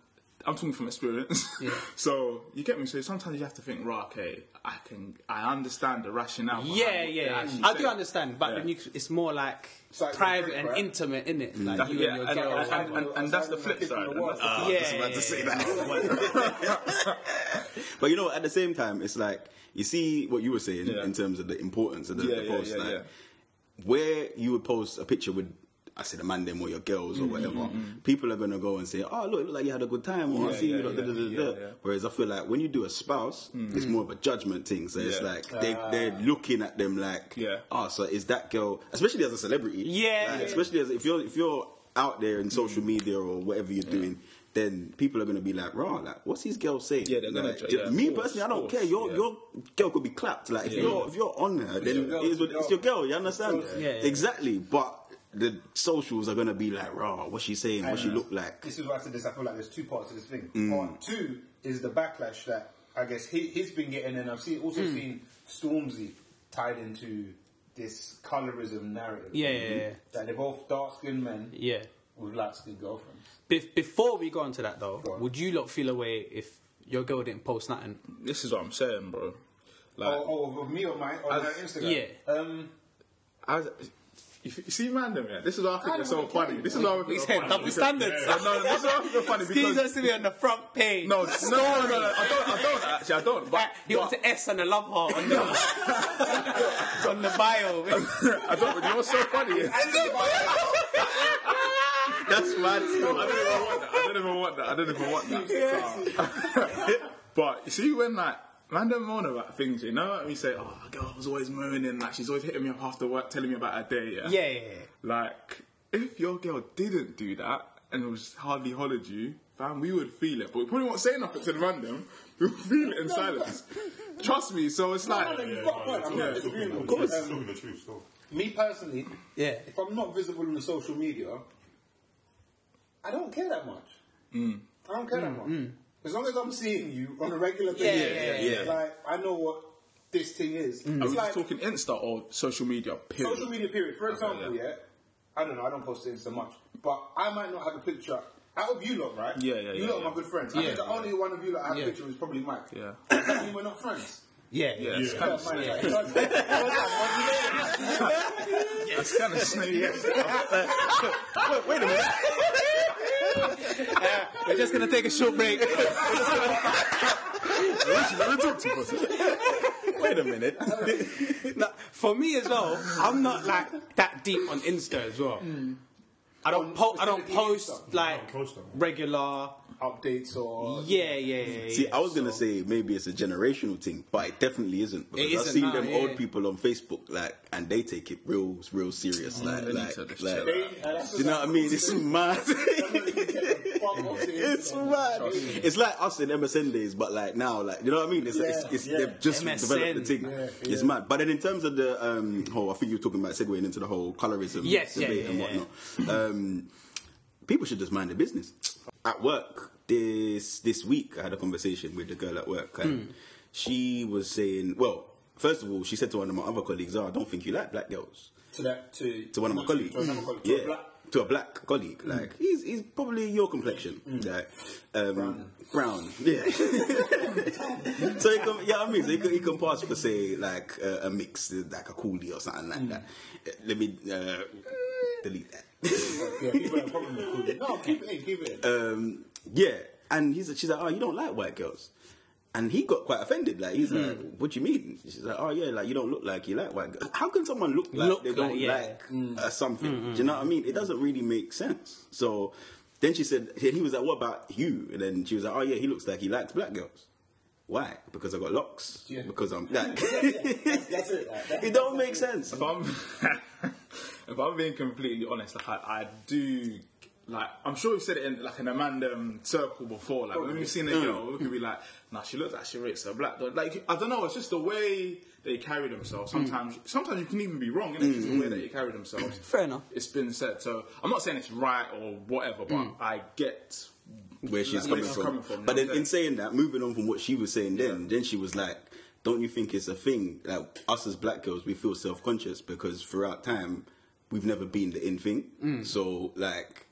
Speaker 2: talking from experience. so you get me? So sometimes you have to think, right, okay, I can I understand the rationale. behind
Speaker 9: Yeah,
Speaker 2: what they
Speaker 9: yeah.
Speaker 2: actually
Speaker 9: I do
Speaker 2: say.
Speaker 9: understand, but
Speaker 2: Yeah.
Speaker 9: then you, it's more like
Speaker 8: It's like
Speaker 9: private
Speaker 8: the
Speaker 9: and
Speaker 8: group, right?
Speaker 9: intimate, isn't it? Like
Speaker 2: That's-
Speaker 9: you
Speaker 2: yeah,
Speaker 9: and
Speaker 2: and,
Speaker 9: your girl.
Speaker 2: and- and- and- and that's the flip side. and that's the-
Speaker 9: yeah,
Speaker 3: I was just about
Speaker 9: yeah,
Speaker 3: to say
Speaker 9: yeah.
Speaker 3: that. but you know, at the same time, it's like you see what you were saying
Speaker 2: Yeah.
Speaker 3: in terms of the importance of the,
Speaker 2: Yeah,
Speaker 3: the
Speaker 2: yeah,
Speaker 3: post.
Speaker 2: yeah,
Speaker 3: like
Speaker 2: yeah.
Speaker 3: where you would post a picture with. I said, a man them or your girls
Speaker 2: Mm,
Speaker 3: or whatever. People are gonna go and say, "Oh, look, it looked like you had a good time," or "I
Speaker 2: Yeah,
Speaker 3: see
Speaker 2: yeah,
Speaker 3: you." da, da, da,
Speaker 2: yeah,
Speaker 3: da, da."
Speaker 2: yeah, yeah.
Speaker 3: Whereas I feel like when you do a spouse, it's more of a judgment thing. So it's
Speaker 2: Yeah. Ah.
Speaker 3: like they, they're looking at them like, "Ah,
Speaker 2: Yeah.
Speaker 3: "Oh, so is that girl?" Especially as a celebrity,
Speaker 9: Yeah,
Speaker 3: Like,
Speaker 9: yeah.
Speaker 3: especially as if you're if you're out there in social media or whatever you're doing, then people are gonna be like, "Raw, like, what's these girls saying?"
Speaker 2: Yeah, they're gonna
Speaker 3: Like,
Speaker 2: judge, yeah,
Speaker 3: me
Speaker 2: of course,
Speaker 3: personally, I don't
Speaker 2: of
Speaker 3: care.
Speaker 2: course,
Speaker 3: Your
Speaker 2: yeah.
Speaker 3: your girl could be clapped. Like if you're if you're on her, then
Speaker 8: girl,
Speaker 3: it's, what- it's your girl. You understand?
Speaker 9: Yeah, yeah.
Speaker 3: Exactly. But the socials are gonna be like, "Raw, what's she saying? What she look like?"
Speaker 8: This is why I said this. I feel like there's two parts to this thing. Part two is the backlash that I guess he, he's been getting, and I've seen also seen Stormzy tied into this colorism narrative.
Speaker 9: Yeah, yeah, yeah.
Speaker 8: That they're both dark skinned men
Speaker 9: Yeah.
Speaker 8: with light skinned girlfriends.
Speaker 9: Bef- before we go on to that though,
Speaker 8: Go on.
Speaker 9: would you lot feel away if your girl didn't post nothing?
Speaker 2: This is what I'm saying, bro. Like,
Speaker 8: Oh, oh, of me or mine on her Instagram.
Speaker 9: yeah.
Speaker 8: Um,
Speaker 2: I, you see, man, them, yeah. This is why I think they're so funny. This is why I think they're
Speaker 9: He's saying
Speaker 2: funny.
Speaker 9: double standards.
Speaker 2: No, no, this is why I think they're funny
Speaker 9: He's
Speaker 2: because.
Speaker 9: supposed to be on the front page.
Speaker 2: No, no, no, no, no, I don't, I don't, actually, I don't. But,
Speaker 9: Like, Uh, he wants
Speaker 2: but-
Speaker 9: an S and a love heart on the, on the bio.
Speaker 2: I don't, but you know what's so funny? yeah?
Speaker 3: That's mad.
Speaker 2: I didn't even want that. I didn't even want that. I didn't even want that. but you see, when like man don't moan about things, you know, like we say, "Oh, girl was always moaning, like she's always hitting me up after work, telling me about her day." Yeah.
Speaker 9: Yeah, yeah, yeah.
Speaker 2: Like, if your girl didn't do that and was hardly hollered you, fam, we would feel it, but we probably won't say nothing to the random. We'll feel it in silence. Trust me. So it's like,
Speaker 8: yeah, fuck that, I'm not disagreeing with you. Um,
Speaker 6: Talking the truth, so.
Speaker 8: me personally,
Speaker 9: Yeah.
Speaker 8: if I'm not visible on the social media, I don't care that much.
Speaker 2: Mm.
Speaker 8: I don't care that much. As long as I'm seeing you on a regular basis,
Speaker 9: Mm, Yeah, Mm.
Speaker 3: yeah, yeah.
Speaker 8: like I know what this thing is.
Speaker 2: are
Speaker 8: It's
Speaker 2: we just
Speaker 8: like
Speaker 2: talking Insta or social media? Period.
Speaker 8: social media period. For example,
Speaker 2: yeah.
Speaker 8: yeah. I don't know, I don't post it so much, but I might not have a picture. Out of you lot, right?
Speaker 2: Yeah, yeah,
Speaker 8: You
Speaker 2: yeah,
Speaker 8: lot
Speaker 2: yeah.
Speaker 8: are my good friends. I think the only one of you that I have
Speaker 9: Yeah.
Speaker 8: a picture is probably Mike.
Speaker 2: Yeah.
Speaker 8: Does that mean we're not friends?
Speaker 9: Yeah,
Speaker 2: Yeah, it's kind of snake.
Speaker 8: Mike, like,
Speaker 2: It's kind of snake.
Speaker 9: We're just gonna take a short break.
Speaker 3: Wait a minute.
Speaker 9: No, for me as well, I'm not like that deep on Insta as well. I don't po- Hmm. I don't post like
Speaker 6: post them.
Speaker 9: regular.
Speaker 8: updates or
Speaker 9: Yeah, yeah, yeah. yeah.
Speaker 3: See, I was gonna say maybe it's a generational thing, but it definitely isn't because I've
Speaker 9: isn't
Speaker 3: seen
Speaker 9: now,
Speaker 3: them
Speaker 9: yeah.
Speaker 3: old people on Facebook like, and they take it real, real serious. Like,
Speaker 2: Mm. they need
Speaker 3: like,
Speaker 2: to just
Speaker 3: like,
Speaker 2: chill
Speaker 8: They- and that's
Speaker 3: you know what I mean? It's mad.
Speaker 8: Fuck off the
Speaker 3: it's
Speaker 8: Instagram.
Speaker 3: mad. It's like us in MSN days, but like now, like you know what I mean? It's, it's, it's they've just
Speaker 9: MSN.
Speaker 3: developed the thing. It's mad. But then in terms of the um, whole, I think you were talking about segueing into the whole colorism
Speaker 9: Yes, yeah,
Speaker 3: debate
Speaker 9: yeah,
Speaker 3: and
Speaker 9: yeah,
Speaker 3: whatnot. Um, people should just mind their business. At work this this week, I had a conversation with a girl at work, and
Speaker 9: Hmm.
Speaker 3: she was saying, well, first of all, she said to one of my other colleagues, "Oh, I don't think you like black girls."
Speaker 8: to that to
Speaker 3: to one of my colleagues.
Speaker 8: To another colleague.
Speaker 3: yeah,
Speaker 8: To a black-
Speaker 3: to a black colleague. Like he's he's probably your complexion,
Speaker 8: Mm.
Speaker 3: like um, brown. Yeah. so he can, yeah, I mean, so he can, he can pass for say like uh, a mix, uh, like a coolie or something
Speaker 8: Mm.
Speaker 3: like that. Uh, Let me uh, delete that.
Speaker 8: yeah, people have a problem with cooling. No, keep it in, keep it in.
Speaker 3: um, yeah, and he's she's like, oh, you don't like white girls. And he got quite offended. Like he's
Speaker 8: Hmm.
Speaker 3: like, "What do you mean?" She's like, "Oh yeah, like you don't look like you like white girls. How can someone look like
Speaker 9: Look
Speaker 3: they don't
Speaker 9: like, yeah.
Speaker 3: like
Speaker 8: Hmm.
Speaker 3: uh, something? Do you know what I mean? It doesn't really make sense." So then she said, he he was like, "What about you?" And then she was like, "Oh yeah, he looks like he likes black girls. Why? Because I got locks.
Speaker 8: Yeah.
Speaker 3: Because I'm black.
Speaker 8: That's it. Like, that-
Speaker 3: it don't make sense."
Speaker 2: if I'm if I'm being completely honest, like I, I do like I'm sure we've said it in like in a random circle before. Like when we've seen a girl, we could be like, nah, she looks like she rates her black dog. Like I don't know, it's just the way they carry themselves.
Speaker 3: Hmm.
Speaker 2: Sometimes sometimes you can even be wrong, innit? It's the way that they carry themselves.
Speaker 9: Fair enough.
Speaker 2: It's been said. So I'm not saying it's right or whatever, but I get
Speaker 3: Hmm. where
Speaker 2: Like,
Speaker 3: she's coming,
Speaker 2: where she's
Speaker 3: from.
Speaker 2: coming from,
Speaker 3: But
Speaker 2: yeah.
Speaker 3: then, in saying that, moving on from what she was saying then, then she was like, "Don't you think it's a thing? Like us as black girls, we feel self-conscious because throughout time, we've never been the in thing.
Speaker 9: Mm.
Speaker 3: So like,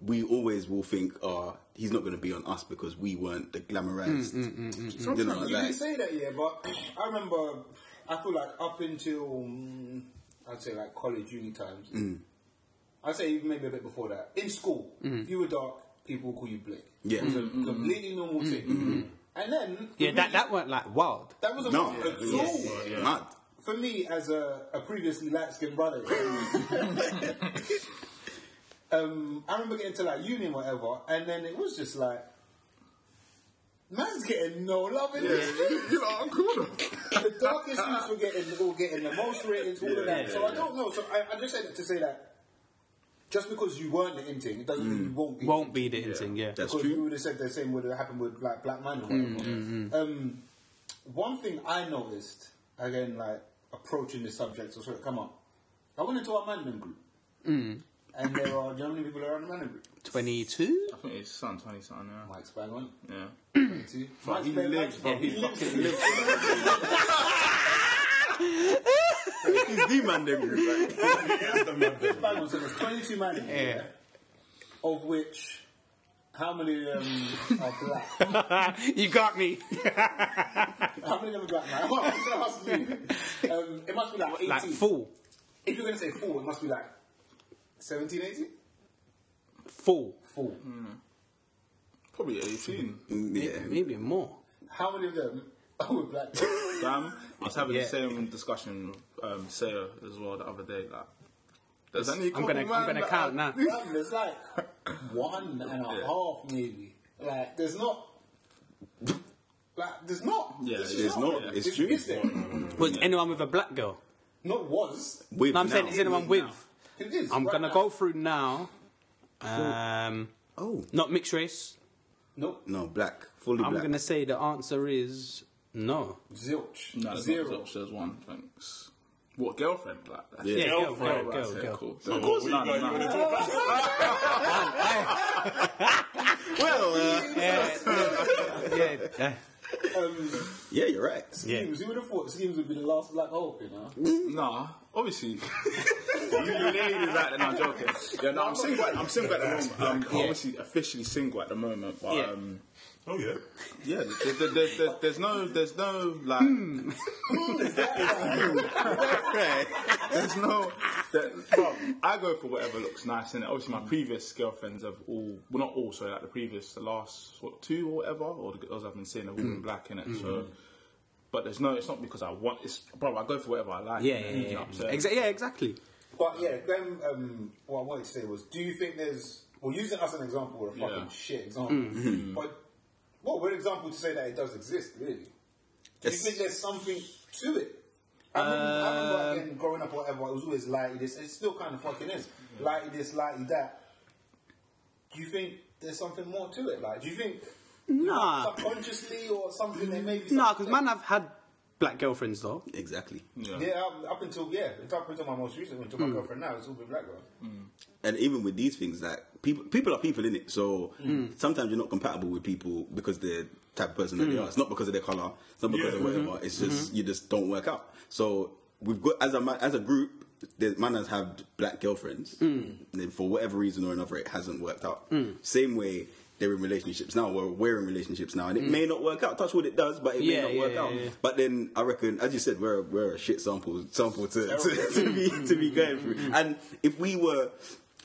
Speaker 3: we always will think, oh, he's not going to be on us because we weren't the glamorized.'
Speaker 9: Mm,
Speaker 3: You know,
Speaker 8: You
Speaker 3: like,
Speaker 8: didn't say that, yeah, but I remember. I feel like up until mm, I'd say like college, uni times.
Speaker 3: Mm.
Speaker 8: I'd say even maybe a bit before that. In school, if you were dark, people would call you black.
Speaker 3: Mm. Yeah. Mm-hmm.
Speaker 8: it was a completely normal thing. And then for
Speaker 9: Yeah, that
Speaker 8: me,
Speaker 9: that weren't like wild.
Speaker 8: that was a
Speaker 3: no,
Speaker 8: at all.
Speaker 3: yes, mad.
Speaker 8: For me, as a, a previously light skinned brother, um, I remember getting to like uni and whatever, and then it was just like, man's getting no love in this.
Speaker 2: you know, I'm cool.
Speaker 8: the darkest youths were getting, were getting the most ratings, all of that. so I don't know. So I, I just said that to say that just because you weren't the inting, it doesn't mean you won't be.
Speaker 9: Won't be the inting, yeah.
Speaker 3: That's
Speaker 8: because
Speaker 3: true.
Speaker 8: we would have said the same would have happened with like Black Man or whatever.
Speaker 2: Mm,
Speaker 8: Um, one thing I noticed again, like approaching this subject, or sort of come up. I went into our Mandem group,
Speaker 2: Mm.
Speaker 8: and there are do you know how many people are on the Mandem group?
Speaker 9: 22?
Speaker 2: I think it's son, 20 something now.
Speaker 8: Mike's bang on.
Speaker 2: Yeah.
Speaker 8: Two.
Speaker 2: But he Mm. lives, bro. He fucking lives.
Speaker 3: He's the man them group, right?
Speaker 6: Here's the man
Speaker 8: Mike's bang on. So there's 22 Mandem. Yeah. Of which, how many um, are black?
Speaker 9: Ah, you got me.
Speaker 8: How many of them are black now? Well, it's gonna ask you. Um, it must be like 18.
Speaker 9: Like, full.
Speaker 8: If you're going to say four, it must be like 17, 18?
Speaker 9: Full.
Speaker 8: Four.
Speaker 2: Probably 18.
Speaker 3: Yeah.
Speaker 9: Maybe more.
Speaker 8: How many of them Oh, are with black people?
Speaker 2: Damn. I was having
Speaker 9: Yeah.
Speaker 2: the same discussion with um, Sayo as well the other day. Like, there's only a
Speaker 9: I'm
Speaker 2: couple
Speaker 9: gonna, I'm
Speaker 2: man
Speaker 9: gonna
Speaker 2: that
Speaker 9: count
Speaker 2: I-
Speaker 9: now.
Speaker 8: Bruv, There's like one and a half, maybe. Like, there's not. Like, there's not.
Speaker 2: Yeah,
Speaker 8: There's
Speaker 2: there's
Speaker 8: just
Speaker 3: not. It's true.
Speaker 8: Is there?
Speaker 9: Was anyone with a black girl?
Speaker 8: Not was.
Speaker 3: With
Speaker 9: No, I'm saying,
Speaker 3: now.
Speaker 9: is anyone with?
Speaker 8: It is.
Speaker 9: I'm
Speaker 8: right
Speaker 9: gonna
Speaker 8: now.
Speaker 9: go through now. Um,
Speaker 3: Oh.
Speaker 9: not mixed race.
Speaker 8: Nope.
Speaker 3: No, black. Fully
Speaker 9: I'm
Speaker 3: black.
Speaker 9: gonna say the answer is no.
Speaker 8: Zilch.
Speaker 2: No, there's
Speaker 8: Zero.
Speaker 2: Zero. Not, there's one. Thanks. What girlfriend? Like that?
Speaker 3: Yeah.
Speaker 9: girl, girl,
Speaker 2: Right,
Speaker 9: girl,
Speaker 2: yeah,
Speaker 9: girl.
Speaker 2: cool.
Speaker 6: Of course, you
Speaker 2: None,
Speaker 6: know, you
Speaker 2: none.
Speaker 6: want to talk about
Speaker 9: Yeah, yeah.
Speaker 8: Um,
Speaker 3: Yeah, you're right.
Speaker 8: schemes. Who would have thought schemes would be the last black hole, you know?
Speaker 2: Nah, obviously. you ladies out there, no, I'm joking. Yeah, no, I'm single. At, I'm single at the moment. Um, I'm obviously officially single at the moment, but
Speaker 9: Yeah.
Speaker 2: um,
Speaker 6: Oh, yeah.
Speaker 2: yeah, there, there, there, there, there's no, there's no like, there's no. There, bro, I go for whatever looks nice, and obviously my previous girlfriends have all, well, not all, so like the previous, the last what two or whatever, or the girls I've been seeing have all
Speaker 9: Mm.
Speaker 2: been black in it, so. But there's no, it's not because I want. It's bro, I go for whatever I like.
Speaker 9: Yeah,
Speaker 2: innit?
Speaker 9: yeah,
Speaker 2: You know
Speaker 9: yeah.
Speaker 2: what I'm saying?
Speaker 9: Exa- yeah, exactly.
Speaker 8: But yeah, then um, what I wanted to say was, do you think there's? Well, using us as an example, we're a fucking
Speaker 2: Yeah.
Speaker 8: shit example.
Speaker 9: Mm.
Speaker 8: But well, we're an example to say that it does exist, really. Do
Speaker 3: Yes.
Speaker 8: you think there's something to it? I remember, I
Speaker 9: Um,
Speaker 8: remember again, growing up, or whatever. It was always lighty this. It still kind of fucking is lighty this, lighty that. Do you think there's something more to it? Like, do you think
Speaker 9: Nah,
Speaker 8: subconsciously or something that maybe
Speaker 9: nah,
Speaker 8: something-
Speaker 9: because man, I've had black girlfriends though.
Speaker 3: Exactly.
Speaker 8: Yeah, up, up until yeah, up until my most recent, one, to my
Speaker 9: Hmm.
Speaker 8: girlfriend now, it's all been black girl.
Speaker 3: and even with these things, like people, people are people in it. So sometimes you're not compatible with people because they're type of person that they are. It's not because of their color. It's not because
Speaker 6: Yeah.
Speaker 3: of whatever. It's just
Speaker 9: Mm-hmm.
Speaker 3: you just don't work out. So we've got as a ma- as a group, the manners have black girlfriends.
Speaker 9: Mm.
Speaker 3: And then for whatever reason or another, it hasn't worked out. Same way. They're in relationships now, or we're in relationships now, and it may not work out. Touch what it does, but it
Speaker 9: Mm. Yeah,
Speaker 3: may not
Speaker 9: yeah,
Speaker 3: work
Speaker 9: yeah,
Speaker 3: out.
Speaker 9: yeah.
Speaker 3: But then I reckon, as you said, we're we're a shit sample sample to, to, to be to be going through. And if we were,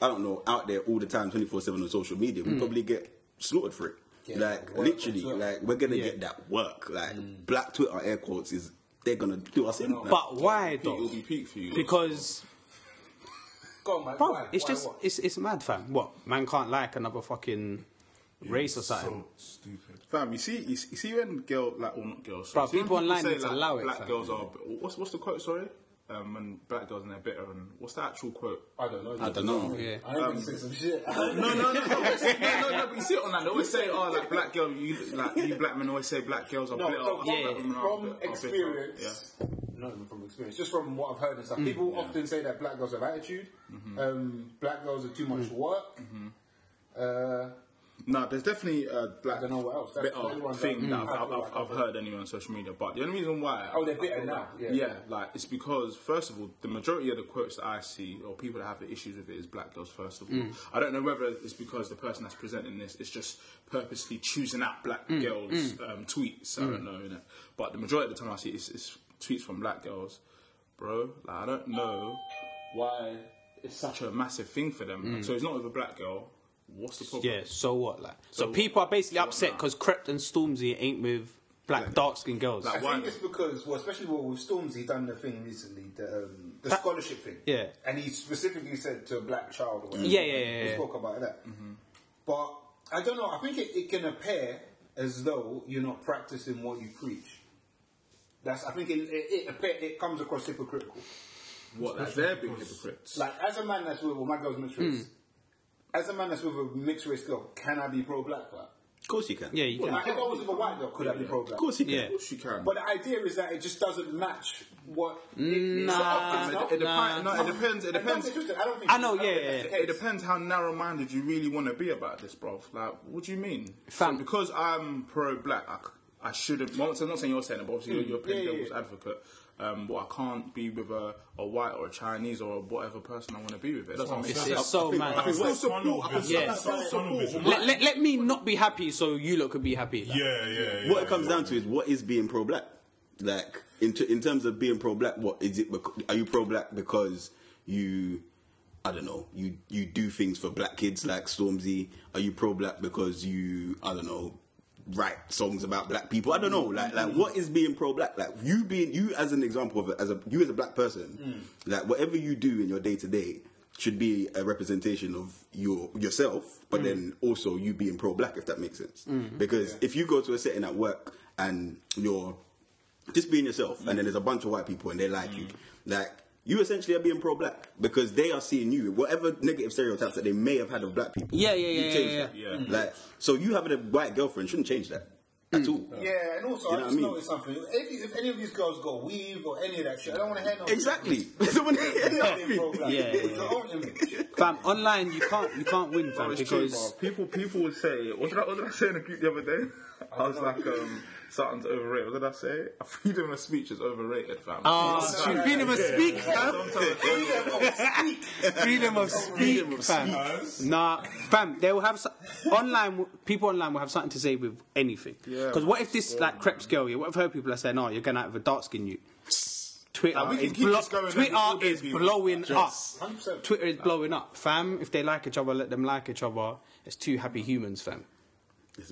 Speaker 3: I don't know, out there all the time, twenty four seven on social media, we'd probably get slaughtered for it.
Speaker 8: Yeah,
Speaker 3: like
Speaker 8: work
Speaker 3: literally,
Speaker 8: as well.
Speaker 3: like we're gonna get that work. Like black Twitter air quotes is they're gonna do us in. Like,
Speaker 9: But why
Speaker 2: It will
Speaker 9: though?
Speaker 2: be peak for you.
Speaker 9: Because
Speaker 8: Go on, man.
Speaker 9: bro,
Speaker 8: why,
Speaker 9: it's
Speaker 8: why,
Speaker 9: just
Speaker 8: what?
Speaker 9: it's it's mad, fam. What man can't like another fucking race or something.
Speaker 6: So stupid.
Speaker 2: Fam, you see, you see you see when girl, like, well, not girls.
Speaker 9: Bruh,
Speaker 2: you see when
Speaker 9: people online
Speaker 2: say,
Speaker 9: need to allow it,
Speaker 2: Black
Speaker 9: fam.
Speaker 2: girls are. What's what's the quote? Sorry, um, when black girls and they're bitter. And what's the actual quote?
Speaker 8: I don't know.
Speaker 3: I don't know.
Speaker 9: Yeah.
Speaker 8: I ain't gonna say some shit.
Speaker 9: Um,
Speaker 2: No, no, no, no, no, no, But you see it online. They always say, oh, like black girl, you like you black men always say black girls are
Speaker 8: No,
Speaker 2: bitter.
Speaker 8: from,
Speaker 2: black
Speaker 8: from,
Speaker 2: women are
Speaker 8: from
Speaker 2: bitter, are bitter.
Speaker 8: experience, not even from experience, just from what I've heard and
Speaker 9: Mm,
Speaker 8: stuff. people often say that black girls have attitude,
Speaker 9: Mm-hmm.
Speaker 8: um, black girls are too much work. Uh,
Speaker 2: No, there's definitely uh, black.
Speaker 8: I don't know what else. That's
Speaker 2: Bitter
Speaker 8: the only one that-
Speaker 2: thing that
Speaker 8: Mm.
Speaker 2: I've, I've, I've, I've heard anyway on social media. But the only reason why
Speaker 8: Oh, they're bitter now, yeah.
Speaker 2: yeah. like it's because first of all, the majority of the quotes that I see or people that have the issues with it is black girls. First of all,
Speaker 8: Mm.
Speaker 2: I don't know whether it's because the person that's presenting this is just purposely choosing out black
Speaker 8: Mm.
Speaker 2: girls' Um, tweets. I don't know, innit? but the majority of the time I see it's, it's tweets from black girls, bro. Like I don't know why it's such a massive thing for them.
Speaker 8: Mm.
Speaker 2: So it's not with a black girl. What's the problem?
Speaker 9: Yeah, so what? Like, so,
Speaker 2: what?
Speaker 9: people are basically
Speaker 2: So what
Speaker 9: upset
Speaker 2: now?
Speaker 9: because Crept and Stormzy ain't with black dark skinned girls.
Speaker 8: I
Speaker 2: Like, why?
Speaker 8: think it's because, well, especially well, with Stormzy done the thing recently, the, um, the scholarship thing.
Speaker 9: Yeah.
Speaker 8: And he specifically said to a black child. Or whatever.
Speaker 9: Yeah, yeah, yeah, Mm-hmm.
Speaker 8: We
Speaker 9: yeah.
Speaker 8: spoke about that. But I don't know. I think it, it can appear as though you're not practicing what you preach. That's. I think it it, it, appear, it comes across hypocritical.
Speaker 2: What? That's their big hypocrites.
Speaker 8: Like as a man that's with well, my girl's mixed race, as a man that's with a mixed race girl, can I be pro black? Like,
Speaker 3: Of course you can.
Speaker 9: Yeah, you can.
Speaker 8: like, if I was with a white girl, could I be pro black?
Speaker 3: Of course you can.
Speaker 9: Yeah.
Speaker 3: Of course you can.
Speaker 8: But the idea is that it just doesn't match what.
Speaker 9: Nah,
Speaker 8: it's not-
Speaker 2: It, it,
Speaker 8: it's not-
Speaker 2: depi- no, it depends. It
Speaker 8: And don't
Speaker 2: depends.
Speaker 8: get twisted, I don't think.
Speaker 9: I know,
Speaker 8: don't think
Speaker 9: yeah,
Speaker 8: that's
Speaker 9: yeah,
Speaker 8: the
Speaker 2: It
Speaker 8: case.
Speaker 2: depends how narrow-minded you really want to be about this, bro. Like, what do you mean?
Speaker 9: Fam.
Speaker 2: So because I'm pro-black, I, c- I shouldn't. Well, I'm not saying you're saying it, but obviously you're,
Speaker 9: Mm.
Speaker 2: you're playing
Speaker 8: yeah,
Speaker 2: devil's
Speaker 8: yeah.
Speaker 2: advocate. Um, but I can't be with a, a white or a Chinese or whatever person I want to be with. It doesn't make
Speaker 9: It's,
Speaker 2: sense.
Speaker 9: it's so mad.
Speaker 6: I can
Speaker 2: Well,
Speaker 6: still support. I can still
Speaker 9: Yeah.
Speaker 6: still support. all
Speaker 9: let,
Speaker 6: my-
Speaker 9: let, let me not be happy so you lot could be happy. Like,
Speaker 6: Yeah, yeah, yeah.
Speaker 3: what it comes down to is what is being pro-black. Like in t- in terms of being pro-black, what is it? Bec- are you pro-black because you? I don't know. You you do things for black kids like Stormzy. Are you pro-black because you? I don't know. Write songs about black people. I don't know. Like like what is being pro-black? Like you being you as an example of it, as a you as a black person. Like whatever you do in your day to day should be a representation of your yourself,
Speaker 9: Mm.
Speaker 3: but then also you being pro-black, if that makes sense. Because if you go to a setting at work and you're just being yourself, and then there's a bunch of white people and they like
Speaker 9: Mm.
Speaker 3: you, like you essentially are being pro-black because they are seeing you, whatever negative stereotypes that they may have had of black people.
Speaker 9: Yeah, yeah, yeah,
Speaker 3: you've changed
Speaker 9: yeah, Mm-hmm.
Speaker 3: that.
Speaker 2: yeah.
Speaker 3: Like, so you having a white girlfriend shouldn't change that
Speaker 9: Mm.
Speaker 3: at all.
Speaker 8: Yeah, and also
Speaker 3: You
Speaker 8: I
Speaker 3: know what I
Speaker 8: just
Speaker 3: mean?
Speaker 8: noticed something. If, you- if any of these girls got weave or any of that shit, I don't want to hear no.
Speaker 3: Exactly. Someone-
Speaker 8: They're not being pro-black.
Speaker 9: Yeah, yeah,
Speaker 8: They're not being pro-black.
Speaker 9: Fam, online you can't you can't win, fam,
Speaker 2: It's true,
Speaker 9: because
Speaker 2: bro. people people would say what did, I, what did I say in a group the other day? I was like, um, something's overrated. What did I say? Freedom of speech is overrated, fam.
Speaker 9: Ah, freedom of speak, fam. Freedom of speak, fam. Nah, fam. They will have so- online people online will have something to say with anything.
Speaker 2: Yeah.
Speaker 9: Because what if this like Krebs girl? yeah, What if her people are saying, "Oh, you're going out with a dark skin you." Twitter
Speaker 2: Like, we can
Speaker 9: is,
Speaker 2: keep
Speaker 9: blo-
Speaker 2: this going all
Speaker 9: Twitter
Speaker 2: day,
Speaker 9: is
Speaker 2: people.
Speaker 9: blowing
Speaker 2: Yes.
Speaker 9: up.
Speaker 8: 100%.
Speaker 9: Twitter is blowing up, fam. If they like each other, let them like each other. It's two happy humans, fam.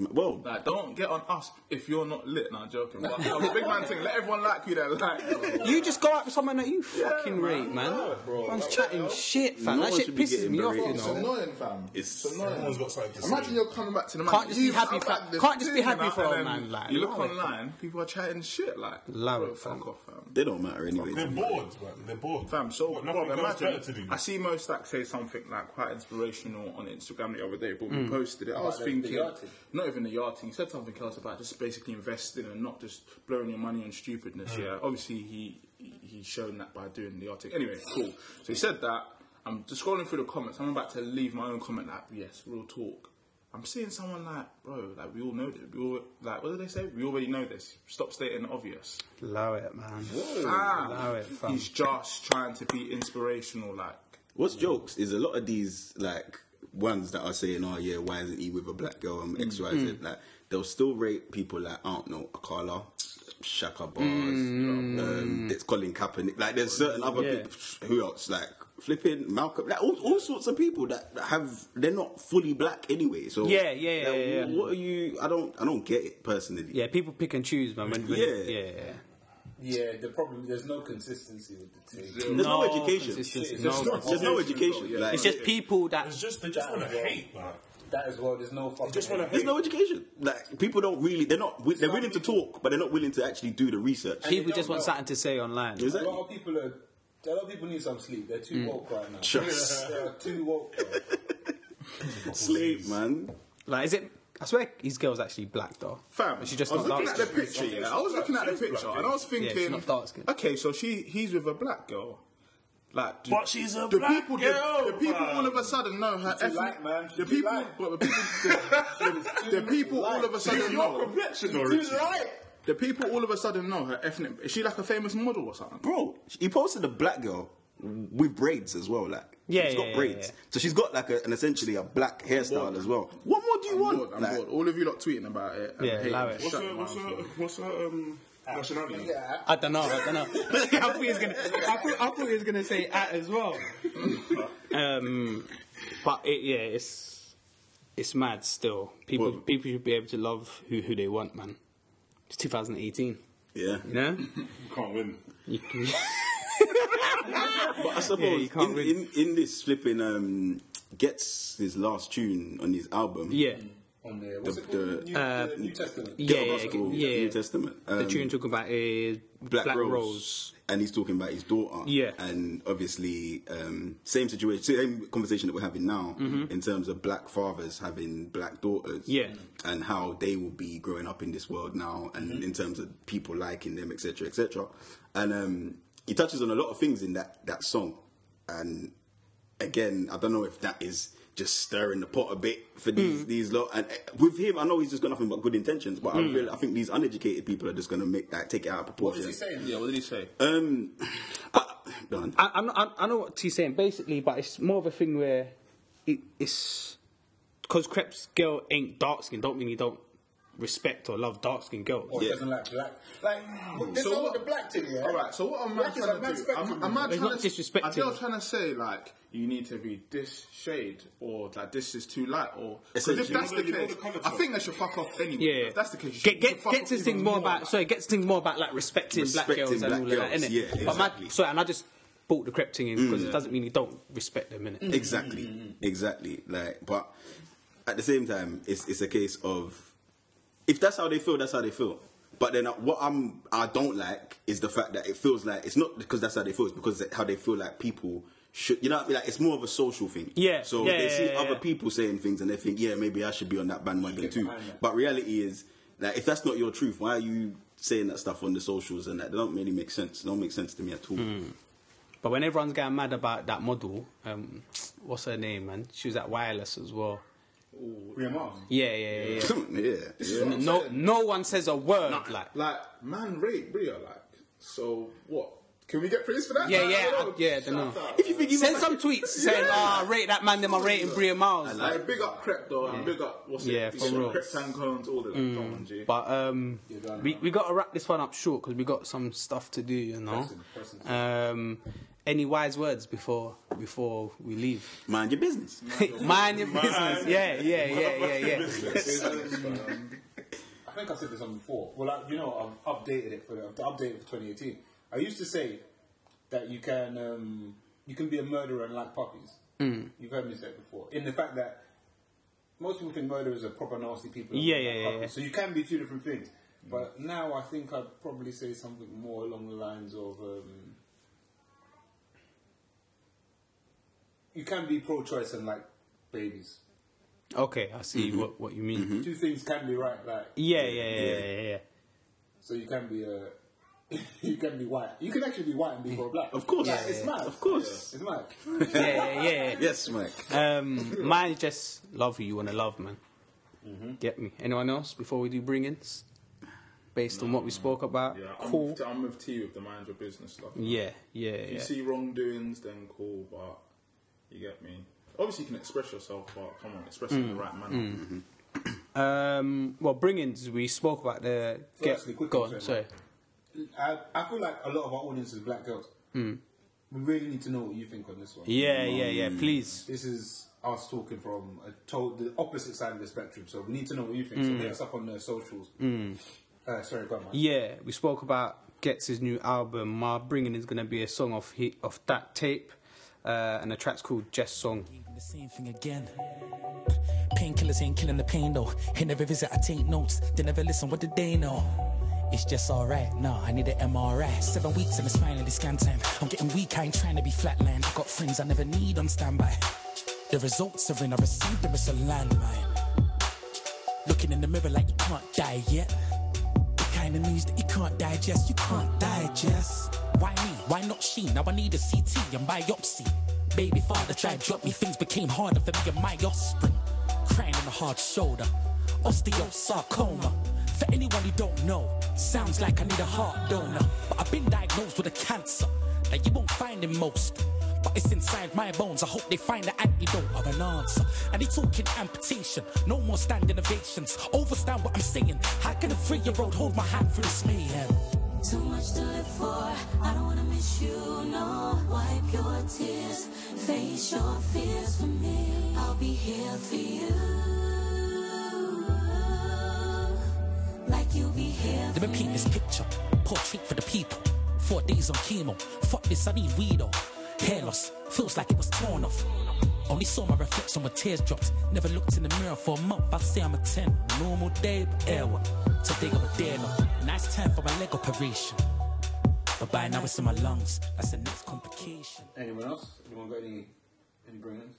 Speaker 3: well,
Speaker 2: Like, don't get on us if you're not lit. Nah, joking. But, no, the big man thing. Let everyone like you. That like.
Speaker 9: You just go out with someone that you fucking rate, man. One's chatting shit, fam.
Speaker 3: No
Speaker 9: that
Speaker 3: one
Speaker 9: shit
Speaker 3: should be
Speaker 9: pisses
Speaker 3: getting
Speaker 9: me off, you
Speaker 3: berated.
Speaker 9: know.
Speaker 3: So
Speaker 2: annoying, fam.
Speaker 3: It's- It's
Speaker 6: Everyone's got something to say.
Speaker 2: Imagine you're coming back to the man.
Speaker 9: Can't just be
Speaker 2: "You-
Speaker 9: happy
Speaker 2: I'm
Speaker 9: for-
Speaker 2: like this
Speaker 9: can't just be
Speaker 2: thing,"
Speaker 9: happy
Speaker 2: and I-
Speaker 9: for a
Speaker 2: and
Speaker 9: man,
Speaker 2: then
Speaker 9: like,
Speaker 2: you look
Speaker 9: love it,
Speaker 2: online, people are chatting shit. Like,
Speaker 9: Love
Speaker 2: bro,
Speaker 9: it,
Speaker 2: fuck
Speaker 9: fam.
Speaker 2: off, fam.
Speaker 3: they don't matter anyways.
Speaker 6: They're bored, man. They're bored.
Speaker 2: Fam, so
Speaker 6: What,
Speaker 2: bro,
Speaker 6: nothing else better
Speaker 2: imagine.
Speaker 6: to do.
Speaker 2: I see Mo Stack say something like quite inspirational on Instagram the other day, but we posted it. I was
Speaker 8: the- the
Speaker 2: thinking,
Speaker 8: yard thing.
Speaker 2: not even the yard thing. He said something else about just basically investing and not just blowing your money on stupidness.
Speaker 6: Mm.
Speaker 2: Yeah, obviously he he's shown that by doing the yard thing. Anyway, cool. So he said that. I'm just scrolling through the comments. I'm about to leave my own comment. Like, yes, real talk. I'm seeing someone like, bro, like we all know this. We all like, what did they say? We already know this. Stop stating the obvious.
Speaker 9: Allow it, man.
Speaker 2: Ah,
Speaker 9: Allow it, fam.
Speaker 2: he's just trying to be inspirational, like.
Speaker 3: What's jokes is a lot of these like ones that are saying, "Oh yeah, why isn't he with a black girl?" Um, X, Y, Z.
Speaker 9: Mm-hmm.
Speaker 3: Like they'll still rate people like I don't know, Akala, Shaka Bars. Um, it's Colin Kaepernick. Like there's certain other
Speaker 9: Mm-hmm. Yeah.
Speaker 3: people who else like flipping Malcolm. Like all, all sorts of people that that have they're not fully black anyway. So
Speaker 9: Yeah, yeah, yeah,
Speaker 3: like,
Speaker 9: yeah, yeah.
Speaker 3: What are you? I don't. I don't get it personally.
Speaker 9: Yeah, people pick and choose, man. When, when,
Speaker 3: Yeah.
Speaker 9: yeah. yeah, yeah.
Speaker 8: Yeah, the problem there's no consistency with the team.
Speaker 3: There's no,
Speaker 9: No
Speaker 3: education.
Speaker 9: consistency,
Speaker 3: There's
Speaker 9: no
Speaker 3: no, there's no education. Like,
Speaker 9: It's just people that
Speaker 6: It's just they just want to hate, man.
Speaker 8: That as well. There's no fucking.
Speaker 6: Just want to
Speaker 3: There's
Speaker 6: hate.
Speaker 3: no education. Like people don't really. They're not. They're willing to talk, but they're not willing to actually do the research.
Speaker 9: people
Speaker 8: they
Speaker 9: just want
Speaker 8: don't know.
Speaker 9: something to say online.
Speaker 3: Is
Speaker 8: A
Speaker 3: that-
Speaker 8: lot of people are. A lot of people need some sleep. They're too woke right now.
Speaker 3: Just-
Speaker 8: They are too woke. bro.
Speaker 3: Slave man.
Speaker 9: Like, is it? I swear, his girl's actually black though.
Speaker 2: Fam,
Speaker 9: She just
Speaker 2: I was
Speaker 9: not
Speaker 2: looking at
Speaker 9: dark
Speaker 2: the
Speaker 9: skin.
Speaker 2: picture. Yeah, I was looking at the picture, and I was
Speaker 9: she's
Speaker 2: thinking,
Speaker 9: not dark skin.
Speaker 2: okay, so she he's with a black girl. Like, do-
Speaker 6: But she's a
Speaker 2: the
Speaker 6: black
Speaker 2: people,
Speaker 6: girl,
Speaker 2: The, the people
Speaker 6: fam.
Speaker 2: all of a sudden know her
Speaker 8: a
Speaker 2: ethnic.
Speaker 8: light, man. She's
Speaker 2: The
Speaker 8: a
Speaker 2: people,
Speaker 8: light.
Speaker 2: but the people, the, the people all of a sudden know. The people all of a sudden know her ethnic. Is she like a famous model or something?
Speaker 3: Bro, he posted a black girl with braids as well. Like,
Speaker 9: Yeah,
Speaker 3: she's
Speaker 9: yeah,
Speaker 3: got
Speaker 9: yeah,
Speaker 3: braids.
Speaker 9: yeah.
Speaker 3: So she's got like a, an essentially a black hairstyle as well. What more do you
Speaker 2: I'm
Speaker 3: want?
Speaker 2: bored, I'm
Speaker 3: Like,
Speaker 2: bored. All of you lot tweeting about it. and
Speaker 9: Yeah,
Speaker 2: hating.
Speaker 9: allow it.
Speaker 6: What's
Speaker 2: Shut
Speaker 6: her,
Speaker 2: your
Speaker 6: what's
Speaker 2: mouth,
Speaker 6: her,
Speaker 2: man.
Speaker 6: what's her um,
Speaker 8: Ah,
Speaker 6: nationality?
Speaker 9: I don't know. I don't know. I thought he was gonna. I thought, I thought he was gonna say at as well. um, but it, yeah, it's it's mad. Still, people
Speaker 3: Well-
Speaker 9: people should be able to love who who they want, man. It's 2018.
Speaker 3: Yeah.
Speaker 9: You know.
Speaker 6: Can't win.
Speaker 9: You can-
Speaker 3: But I suppose
Speaker 9: Yeah, you can't
Speaker 3: in,
Speaker 9: really-
Speaker 3: in, in this flipping um, gets his last tune on his album.
Speaker 9: yeah.
Speaker 8: on there. What's
Speaker 3: The-
Speaker 8: it called?
Speaker 3: the-
Speaker 8: New,
Speaker 9: uh,
Speaker 8: the New Testament.
Speaker 9: Yeah,
Speaker 3: Get a
Speaker 9: yeah,
Speaker 3: gospel,
Speaker 9: yeah.
Speaker 3: New Testament.
Speaker 9: the
Speaker 3: Um,
Speaker 9: tune talking about is Black, Rose.
Speaker 3: And he's talking about his daughter.
Speaker 9: Yeah.
Speaker 3: And obviously, um, same situation, same conversation that we're having now in terms of black fathers having black daughters.
Speaker 9: Mm-hmm. Yeah.
Speaker 3: And how they will be growing up in this world now and
Speaker 9: Mm-hmm.
Speaker 3: in terms of people liking them, etc., etc. And um, he touches on a lot of things in that, that song. And again, I don't know if that is just stirring the pot a bit for these these lot. And eh, with him, I know he's just got nothing but good intentions, but I, really, I think these uneducated people are just going to make like, take it out of proportion.
Speaker 8: What's he saying?
Speaker 2: Yeah, what did he say?
Speaker 3: Um, I, go on.
Speaker 9: I, I'm not, I, I know what he's saying basically, but it's more of a thing where it, it's because Krebs girl ain't dark skinned don't mean you don't respect or love dark skinned girls.
Speaker 8: Or
Speaker 3: Yeah.
Speaker 8: doesn't like black. Like, there's
Speaker 2: So
Speaker 8: so what
Speaker 2: what-
Speaker 8: the black thing, yeah?
Speaker 2: All right. So what am I
Speaker 8: Black is a
Speaker 2: trying to
Speaker 8: mad
Speaker 2: do?
Speaker 8: spectrum,
Speaker 2: Am, am I
Speaker 8: you
Speaker 9: It's
Speaker 2: trying
Speaker 9: not
Speaker 2: to,
Speaker 9: disrespecting.
Speaker 2: Are they trying to say like you need to be this shade or like this is too light or? Because if
Speaker 3: Essentially.
Speaker 2: that's the
Speaker 6: You know the
Speaker 2: case,
Speaker 6: colour
Speaker 2: I
Speaker 6: chart.
Speaker 2: think they should fuck off anyway.
Speaker 9: Yeah,
Speaker 2: If that's the case. you
Speaker 9: Get,
Speaker 2: should- you
Speaker 9: get,
Speaker 2: should fuck
Speaker 9: gets
Speaker 2: off
Speaker 9: his
Speaker 2: even
Speaker 9: thing more about sorry, gets his thing more about like respecting, black
Speaker 3: Respecting
Speaker 9: girls and
Speaker 3: black
Speaker 9: all of
Speaker 3: girls,
Speaker 9: that, innit?
Speaker 3: yeah,
Speaker 9: But my,
Speaker 3: exactly. Mm.
Speaker 9: sorry, and I just bought the Krebs thing in because it doesn't mean you don't respect them, innit?
Speaker 3: Exactly, exactly. Like, but at the same time, it's it's a case of if that's how they feel, that's how they feel. But then uh, what I'm I don't like is the fact that it feels like it's not because that's how they feel, it's because how they feel like people should. You know what I mean? Like it's more of a social thing.
Speaker 9: Yeah,
Speaker 3: So
Speaker 9: yeah,
Speaker 3: they
Speaker 9: yeah,
Speaker 3: see
Speaker 9: yeah,
Speaker 3: other
Speaker 9: yeah.
Speaker 3: people saying things and they think, yeah, maybe I should be on that bandwagon too.
Speaker 8: behind that.
Speaker 3: But reality is, like, if that's not your truth, why are you saying that stuff on the socials and that? They don't really make sense. They don't make sense to me at all.
Speaker 9: But when everyone's getting mad about that model, um, what's her name, man? She was at Wireless as well.
Speaker 8: Rhea Mars.
Speaker 9: Yeah, yeah, yeah. yeah.
Speaker 3: yeah. yeah.
Speaker 2: more.
Speaker 9: No, no one says a word. Like,
Speaker 2: Like man, rape Bria. Like so what? Can we get praise for that?
Speaker 9: yeah,
Speaker 2: Like,
Speaker 9: yeah,
Speaker 2: I
Speaker 9: I,
Speaker 2: don't know.
Speaker 9: yeah. Dunno.
Speaker 3: If you think you
Speaker 9: Send some tweets saying, "Ah, rate that man. Them are rating Bria Miles."
Speaker 2: Like, big up Crep though, and big up what's
Speaker 9: Yeah,
Speaker 2: it?
Speaker 9: for real.
Speaker 2: Crep and Cones, all of that. Come on, G.
Speaker 9: But um, we we got to wrap this one up short because we got some stuff to do, you know. Um, any wise words before before we leave?
Speaker 3: Mind your business.
Speaker 9: Mind your business. Yeah, yeah, yeah, yeah, yeah.
Speaker 8: I think I've said this on before. Well, I, you know, I've updated it for I've updated it for 2018. I used to say that you can um, you can be a murderer and like puppies. Mm. You've heard me say it before. In the fact that most people think murderers are proper nasty people. and
Speaker 9: Yeah,
Speaker 8: like
Speaker 9: yeah, yeah,
Speaker 8: puppies.
Speaker 9: yeah.
Speaker 8: So you can be two different things. But now I think I'd probably say something more along the lines of. Um, you can be pro-choice and like babies.
Speaker 9: Okay, I see what what you mean.
Speaker 8: Two things can be right. Like
Speaker 9: Yeah, yeah, yeah, yeah, yeah, yeah.
Speaker 8: So you can be a, you can be white. You can actually be white and be pro black.
Speaker 3: Of course.
Speaker 8: Like, it's mad.
Speaker 3: Of course.
Speaker 8: It's mad.
Speaker 9: yeah, yeah, yeah.
Speaker 3: Yes, Mike.
Speaker 9: Um, mine's just love who you want to love, man. Get me. Anyone else before we do bring-ins? Based on what we spoke about,
Speaker 2: yeah, I'm,
Speaker 9: cool.
Speaker 2: with, I'm with T with the mind your business stuff.
Speaker 9: Yeah, yeah,
Speaker 2: If
Speaker 9: yeah.
Speaker 2: you see wrongdoings, then cool, but you get me. Obviously, you can express yourself, but come on, express it in the right manner.
Speaker 9: Um, well, bring-ins. We spoke about the get.
Speaker 8: Firstly, quick
Speaker 9: go
Speaker 8: one,
Speaker 9: on,
Speaker 8: sorry.
Speaker 9: sorry.
Speaker 8: I, I feel like a lot of our audience is black girls. We really need to know what you think on this one.
Speaker 9: Hmm. Yeah, yeah, yeah. Please.
Speaker 8: This is us talking from a to- the opposite side of the spectrum, so we need to know what you think. So hit us up on the socials. Uh, sorry, go on, man.
Speaker 9: Hmm. Yeah, we spoke about Gets his new album. My bringing is gonna be a song off he, off that tape, uh, and the track's called Just Song.
Speaker 10: The same thing again. Painkillers ain't killing the pain though. And every visit I take notes, they never listen. What did they know? It's just alright, nah, I need an MRI. Seven weeks and it's finally scan time. I'm getting weak, I ain't trying to be flatlined. I got friends I never need on standby. The results are in, I received them as a landmine. Looking in the mirror like you can't die yet. The kind of news that you can't digest, you can't digest. Why me? Why not she? Now I need a CT and biopsy. Baby father tried to drop me, things became harder for me and my offspring. Crying on a hard shoulder, osteosarcoma. For anyone who don't know, sounds like I need a heart donor. But I've been diagnosed with a cancer that you won't find in most. But it's inside my bones. I hope they find the antidote of an answer. And they talking amputation. No more standing ovations. Overstand what I'm saying. How can a three-year-old hold my hand through this mayhem?
Speaker 11: Too much to live for. I don't wanna miss you, no. Wipe your tears, face your fears for me. I'll be here for you. Like you'll be here
Speaker 10: Let me paint this picture. Portrait for the people. Four days on chemo. Fuck this, I need weed though. Hair loss. Feels like it was torn off. Only saw my reflection with tears dropped. Never looked in the mirror for a month. I'd say I'm a 10. Normal day, but error. Today I'm a dealer. Nice time for my leg operation. But by now it's in my lungs. That's the next complication.
Speaker 8: Anyone else? Anyone got any any bring-ins?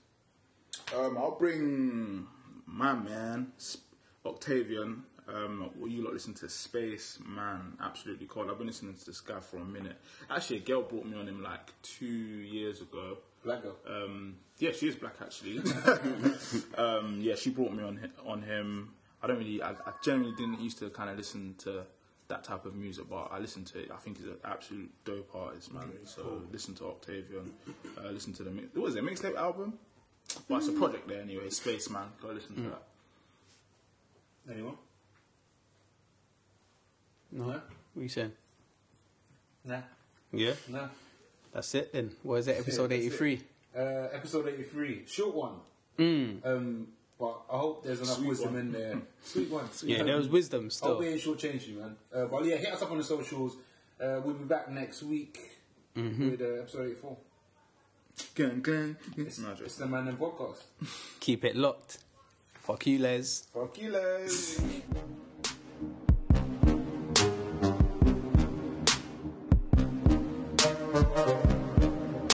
Speaker 2: Um, I'll bring my man Sp- Octavian. Um, will you lot listen to Space Man? Absolutely cold. I've been listening to this guy for a minute. Actually, a girl brought me on him like two years ago.
Speaker 8: Black girl.
Speaker 2: Um, yeah, she is black actually. um, yeah, she brought me on hi- on him. I don't really, I, I generally didn't used to kind of listen to that type of music, but I listened to it. I think he's an absolute dope artist, man. so listen to Octavian, uh, listen to the mi- what was it mixtape album? Well, it's a project there anyway. Space Man, go listen to that.
Speaker 8: Anyone?
Speaker 9: No. What are you saying?
Speaker 8: Nah.
Speaker 9: Yeah.
Speaker 8: Nah.
Speaker 9: That's it then. What is it? Episode
Speaker 8: That's it.
Speaker 9: 83.
Speaker 8: Uh, episode 83. Short one.
Speaker 9: Mm.
Speaker 8: Um, but I hope there's enough
Speaker 9: Sweet
Speaker 8: wisdom
Speaker 9: one.
Speaker 8: in there. Sweet one. Sweet
Speaker 9: Yeah,
Speaker 8: one.
Speaker 9: there was wisdom
Speaker 8: I hope
Speaker 9: still.
Speaker 8: we ain't shortchanged you, man. Uh, but yeah, hit us up on the socials. Uh, we'll be back next week
Speaker 9: Mhm.
Speaker 8: with uh, episode 84.
Speaker 2: Gang, gang.
Speaker 8: It's, it's the Man and Podcast.
Speaker 9: Keep it locked. Fuck you, Les.
Speaker 8: Fuck you, lads.